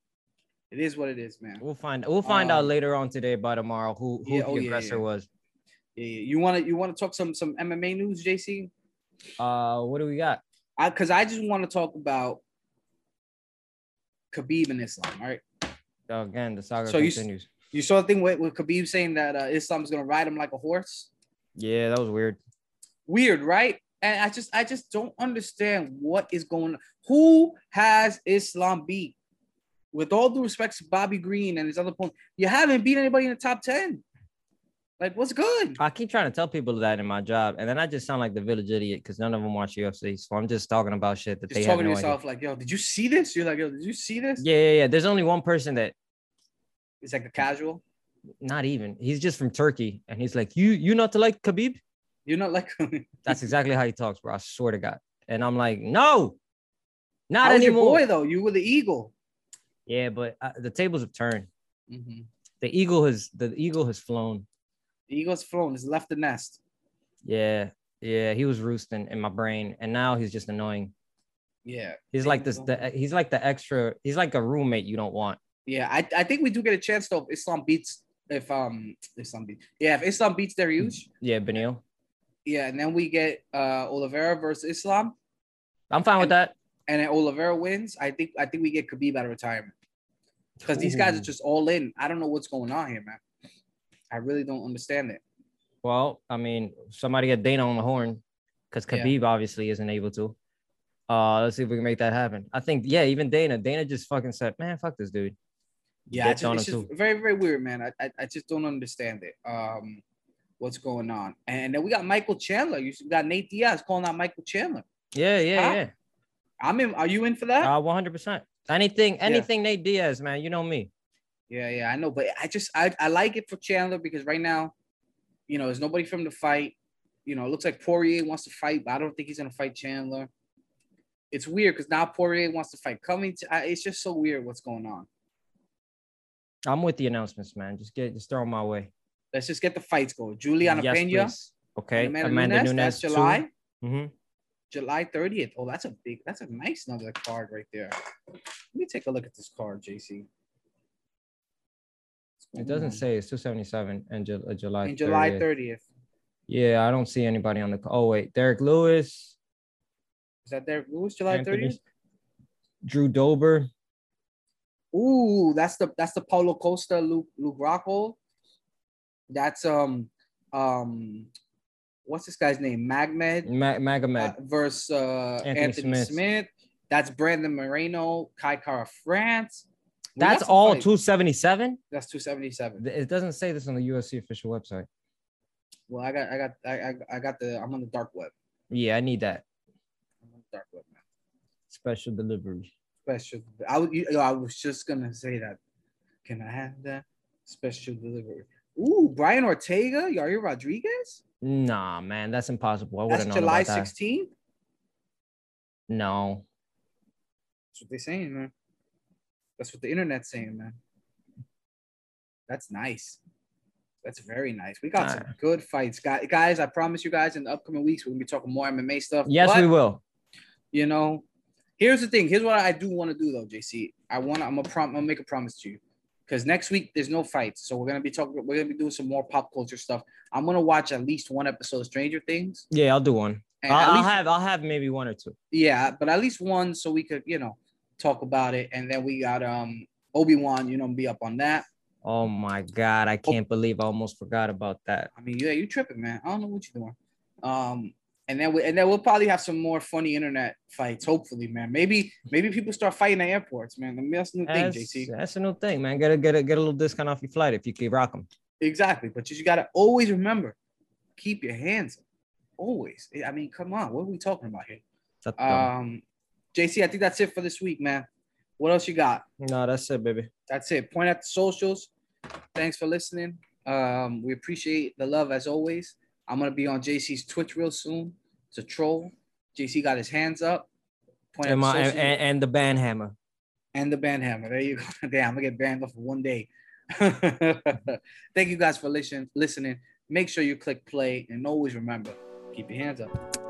[SPEAKER 1] it is what it is, man.
[SPEAKER 2] We'll find, we'll find out
[SPEAKER 1] Um,
[SPEAKER 2] later on today by tomorrow who, who
[SPEAKER 1] yeah,
[SPEAKER 2] the
[SPEAKER 1] oh, yeah,
[SPEAKER 2] aggressor
[SPEAKER 1] yeah.
[SPEAKER 2] was.
[SPEAKER 1] Yeah, yeah. You wanna you wanna talk some some MMA news, JC?
[SPEAKER 2] Uh, what do we got?
[SPEAKER 1] I because I just want to talk about Khabib and Islam. All right.
[SPEAKER 2] Uh, Again, the saga
[SPEAKER 1] So you s-
[SPEAKER 2] continues.
[SPEAKER 1] You saw the thing with, with Khabib saying that uh, Islam's gonna ride him like a horse.
[SPEAKER 2] yeah, that was weird.
[SPEAKER 1] Weird, right? And I just I just don't understand what is going. on. Who has Islam beat? With all due respect to Bobby Green and his other point, you haven't beat anybody in the top ten. Like, what's good?
[SPEAKER 2] I keep trying to tell people that in my job, and then I just sound like the village idiot because none of them watch UFC. So I'm just talking about shit that they
[SPEAKER 1] Just
[SPEAKER 2] have
[SPEAKER 1] talking
[SPEAKER 2] no
[SPEAKER 1] to
[SPEAKER 2] idea.
[SPEAKER 1] yourself, like, yo, did you see this? You're like, yo, did you see this?
[SPEAKER 2] Yeah, yeah, yeah. There's only one person that
[SPEAKER 1] It's like a casual.
[SPEAKER 2] not even. He's just from Turkey, and he's like, "You, you not to like Khabib?"
[SPEAKER 1] You're not like
[SPEAKER 2] That's exactly how he talks, bro. I swear to God. And I'm like, "No, not
[SPEAKER 1] I was your
[SPEAKER 2] anymore."
[SPEAKER 1] boy though. You were the eagle.
[SPEAKER 2] Yeah, but uh, the tables have turned. Mm-hmm.
[SPEAKER 1] Mhm.
[SPEAKER 2] The eagle has the eagle has flown.
[SPEAKER 1] The eagle's flown. It's left the nest.
[SPEAKER 2] Yeah, yeah. He was roosting in my brain, and now he's just annoying.
[SPEAKER 1] Yeah.
[SPEAKER 2] He's like this. The, he's like the extra. He's like a roommate you don't want.
[SPEAKER 1] Yeah, I, I think we do get a chance though if Islam beats if um Islam beats yeah if Islam beats Dariush
[SPEAKER 2] Yeah, Benil.
[SPEAKER 1] yeah and then we get uh Oliveira versus Islam
[SPEAKER 2] I'm fine with
[SPEAKER 1] And-
[SPEAKER 2] that.
[SPEAKER 1] and then Oliveira wins I think I think we get Khabib out of retirement because these guys are
[SPEAKER 2] Ooh.
[SPEAKER 1] just all in I don't know what's going on here man I really don't understand it
[SPEAKER 2] Well, I mean, somebody get Dana on the horn because
[SPEAKER 1] Yeah.
[SPEAKER 2] Khabib obviously isn't able to. Uh, let's see if we can make that happen. I think, yeah, even Dana, Dana just fucking said, "Man, fuck this dude."
[SPEAKER 1] yeah I
[SPEAKER 2] That's
[SPEAKER 1] just-
[SPEAKER 2] on
[SPEAKER 1] it's
[SPEAKER 2] him,
[SPEAKER 1] just very very weird man I, I I just don't understand it um what's going on and then we got Michael Chandler you got Nate Diaz calling out Michael Chandler
[SPEAKER 2] Yeah,
[SPEAKER 1] Huh?
[SPEAKER 2] yeah,
[SPEAKER 1] I'm in are you in for that
[SPEAKER 2] yeah. Uh, one hundred percent. Anything, anything, Nate Diaz, man. You know me.
[SPEAKER 1] Yeah, yeah, I know, but I just I, I like it for Chandler because right now, you know, there's nobody from the fight. You know, it looks like Poirier wants to fight, but I don't think he's gonna fight Chandler. It's weird because now Poirier wants to fight Covington. I, it's just so weird what's going on.
[SPEAKER 2] I'm with the announcements, man. Just get, just throw 'em my way.
[SPEAKER 1] Let's just get the fights going. Juliana
[SPEAKER 2] Yes,
[SPEAKER 1] Pena,
[SPEAKER 2] please. Okay,
[SPEAKER 1] and Amanda, Nunes. That's
[SPEAKER 2] too.
[SPEAKER 1] July,
[SPEAKER 2] Mhm.
[SPEAKER 1] July 30th. Oh, that's a big, that's a nice another card right there. Let me take a look at this card, JC.
[SPEAKER 2] It doesn't say it's 277 and Ju- uh, July.
[SPEAKER 1] Mm. in July
[SPEAKER 2] 30th.
[SPEAKER 1] 30th.
[SPEAKER 2] Yeah, I don't see anybody on the. Oh wait, Derek Lewis,
[SPEAKER 1] Is that there? Who's July 30th?
[SPEAKER 2] Anthony- Drew Dober.
[SPEAKER 1] Ooh, that's the that's the Paulo Costa Luke Luke Rockhold. That's um um what's this guy's name? Magmed
[SPEAKER 2] Ma-
[SPEAKER 1] uh,
[SPEAKER 2] Magomed.
[SPEAKER 1] versus uh,
[SPEAKER 2] Anthony
[SPEAKER 1] Anthony,
[SPEAKER 2] Smith.
[SPEAKER 1] Smith. That's Brandon Moreno, Kai Kara France. We got
[SPEAKER 2] That's
[SPEAKER 1] some
[SPEAKER 2] all
[SPEAKER 1] fights.
[SPEAKER 2] 277.
[SPEAKER 1] That's two seventy seven.
[SPEAKER 2] Th- It doesn't say this on the USC official website.
[SPEAKER 1] Well, I got I got I, I, I got the I'm on the dark web.
[SPEAKER 2] Yeah, I need that.
[SPEAKER 1] I'm on the dark web, man.
[SPEAKER 3] special delivery.
[SPEAKER 1] special. I would. You know, I was just gonna say that. Can I have that special delivery? Ooh, Brian Ortega, Yair Rodriguez.
[SPEAKER 2] Nah, man, that's impossible. I
[SPEAKER 1] That's
[SPEAKER 2] wouldn't know
[SPEAKER 1] July
[SPEAKER 2] about that.
[SPEAKER 1] 16th.
[SPEAKER 2] No,
[SPEAKER 1] That's what they're saying, man. That's what the internet's saying, man. That's nice. That's very nice. We got some good fights, Guy- guys. I promise you guys, in the upcoming weeks, we're gonna be talking more MMA stuff.
[SPEAKER 2] yes,
[SPEAKER 1] But-
[SPEAKER 2] we will.
[SPEAKER 1] you know here's the thing here's what i do want to do though jc i want to i'm gonna prom- I'm gonna make a promise to you because next week there's no fights so we're gonna be talking we're gonna be doing some more pop culture stuff i'm gonna watch at least one episode of stranger things
[SPEAKER 2] Yeah, I'll do one.
[SPEAKER 1] and at
[SPEAKER 2] I'll, I'll
[SPEAKER 1] least-
[SPEAKER 2] have I'll have maybe one or two.
[SPEAKER 1] yeah but at least one so we could you know talk about it and then we got um obi-wan you know be up on that
[SPEAKER 2] Oh my god, I can't believe I almost forgot about that.
[SPEAKER 1] i mean yeah you tripping man i don't know what you're doing um and then we, and then we'll probably have some more funny internet fights hopefully man maybe maybe people start fighting at airports man I mean, that's the new thing
[SPEAKER 2] That's,
[SPEAKER 1] jc
[SPEAKER 2] that's a new thing, man. Get a get a get a little discount off your flight if you keep rocking.
[SPEAKER 1] Exactly. But you got to always remember, keep your hands up. Always. I mean, come on. What are we talking about here? Um, JC, I think that's it for this week, man. What else you got?
[SPEAKER 2] no, that's it, baby.
[SPEAKER 1] That's it. Point at the socials. Thanks for listening. Um, we appreciate the love as always. I'm going to be on JC's Twitch real soon. It's a troll. JC got his hands up. Point
[SPEAKER 2] And,
[SPEAKER 1] at
[SPEAKER 2] my,
[SPEAKER 1] the
[SPEAKER 2] and,
[SPEAKER 1] socials.
[SPEAKER 2] and, and the band hammer.
[SPEAKER 1] and the band hammer. There you go. Damn, I'm gonna get banned off for one day. Thank you guys for listen, listening. Make sure you click play and always remember keep your hands up.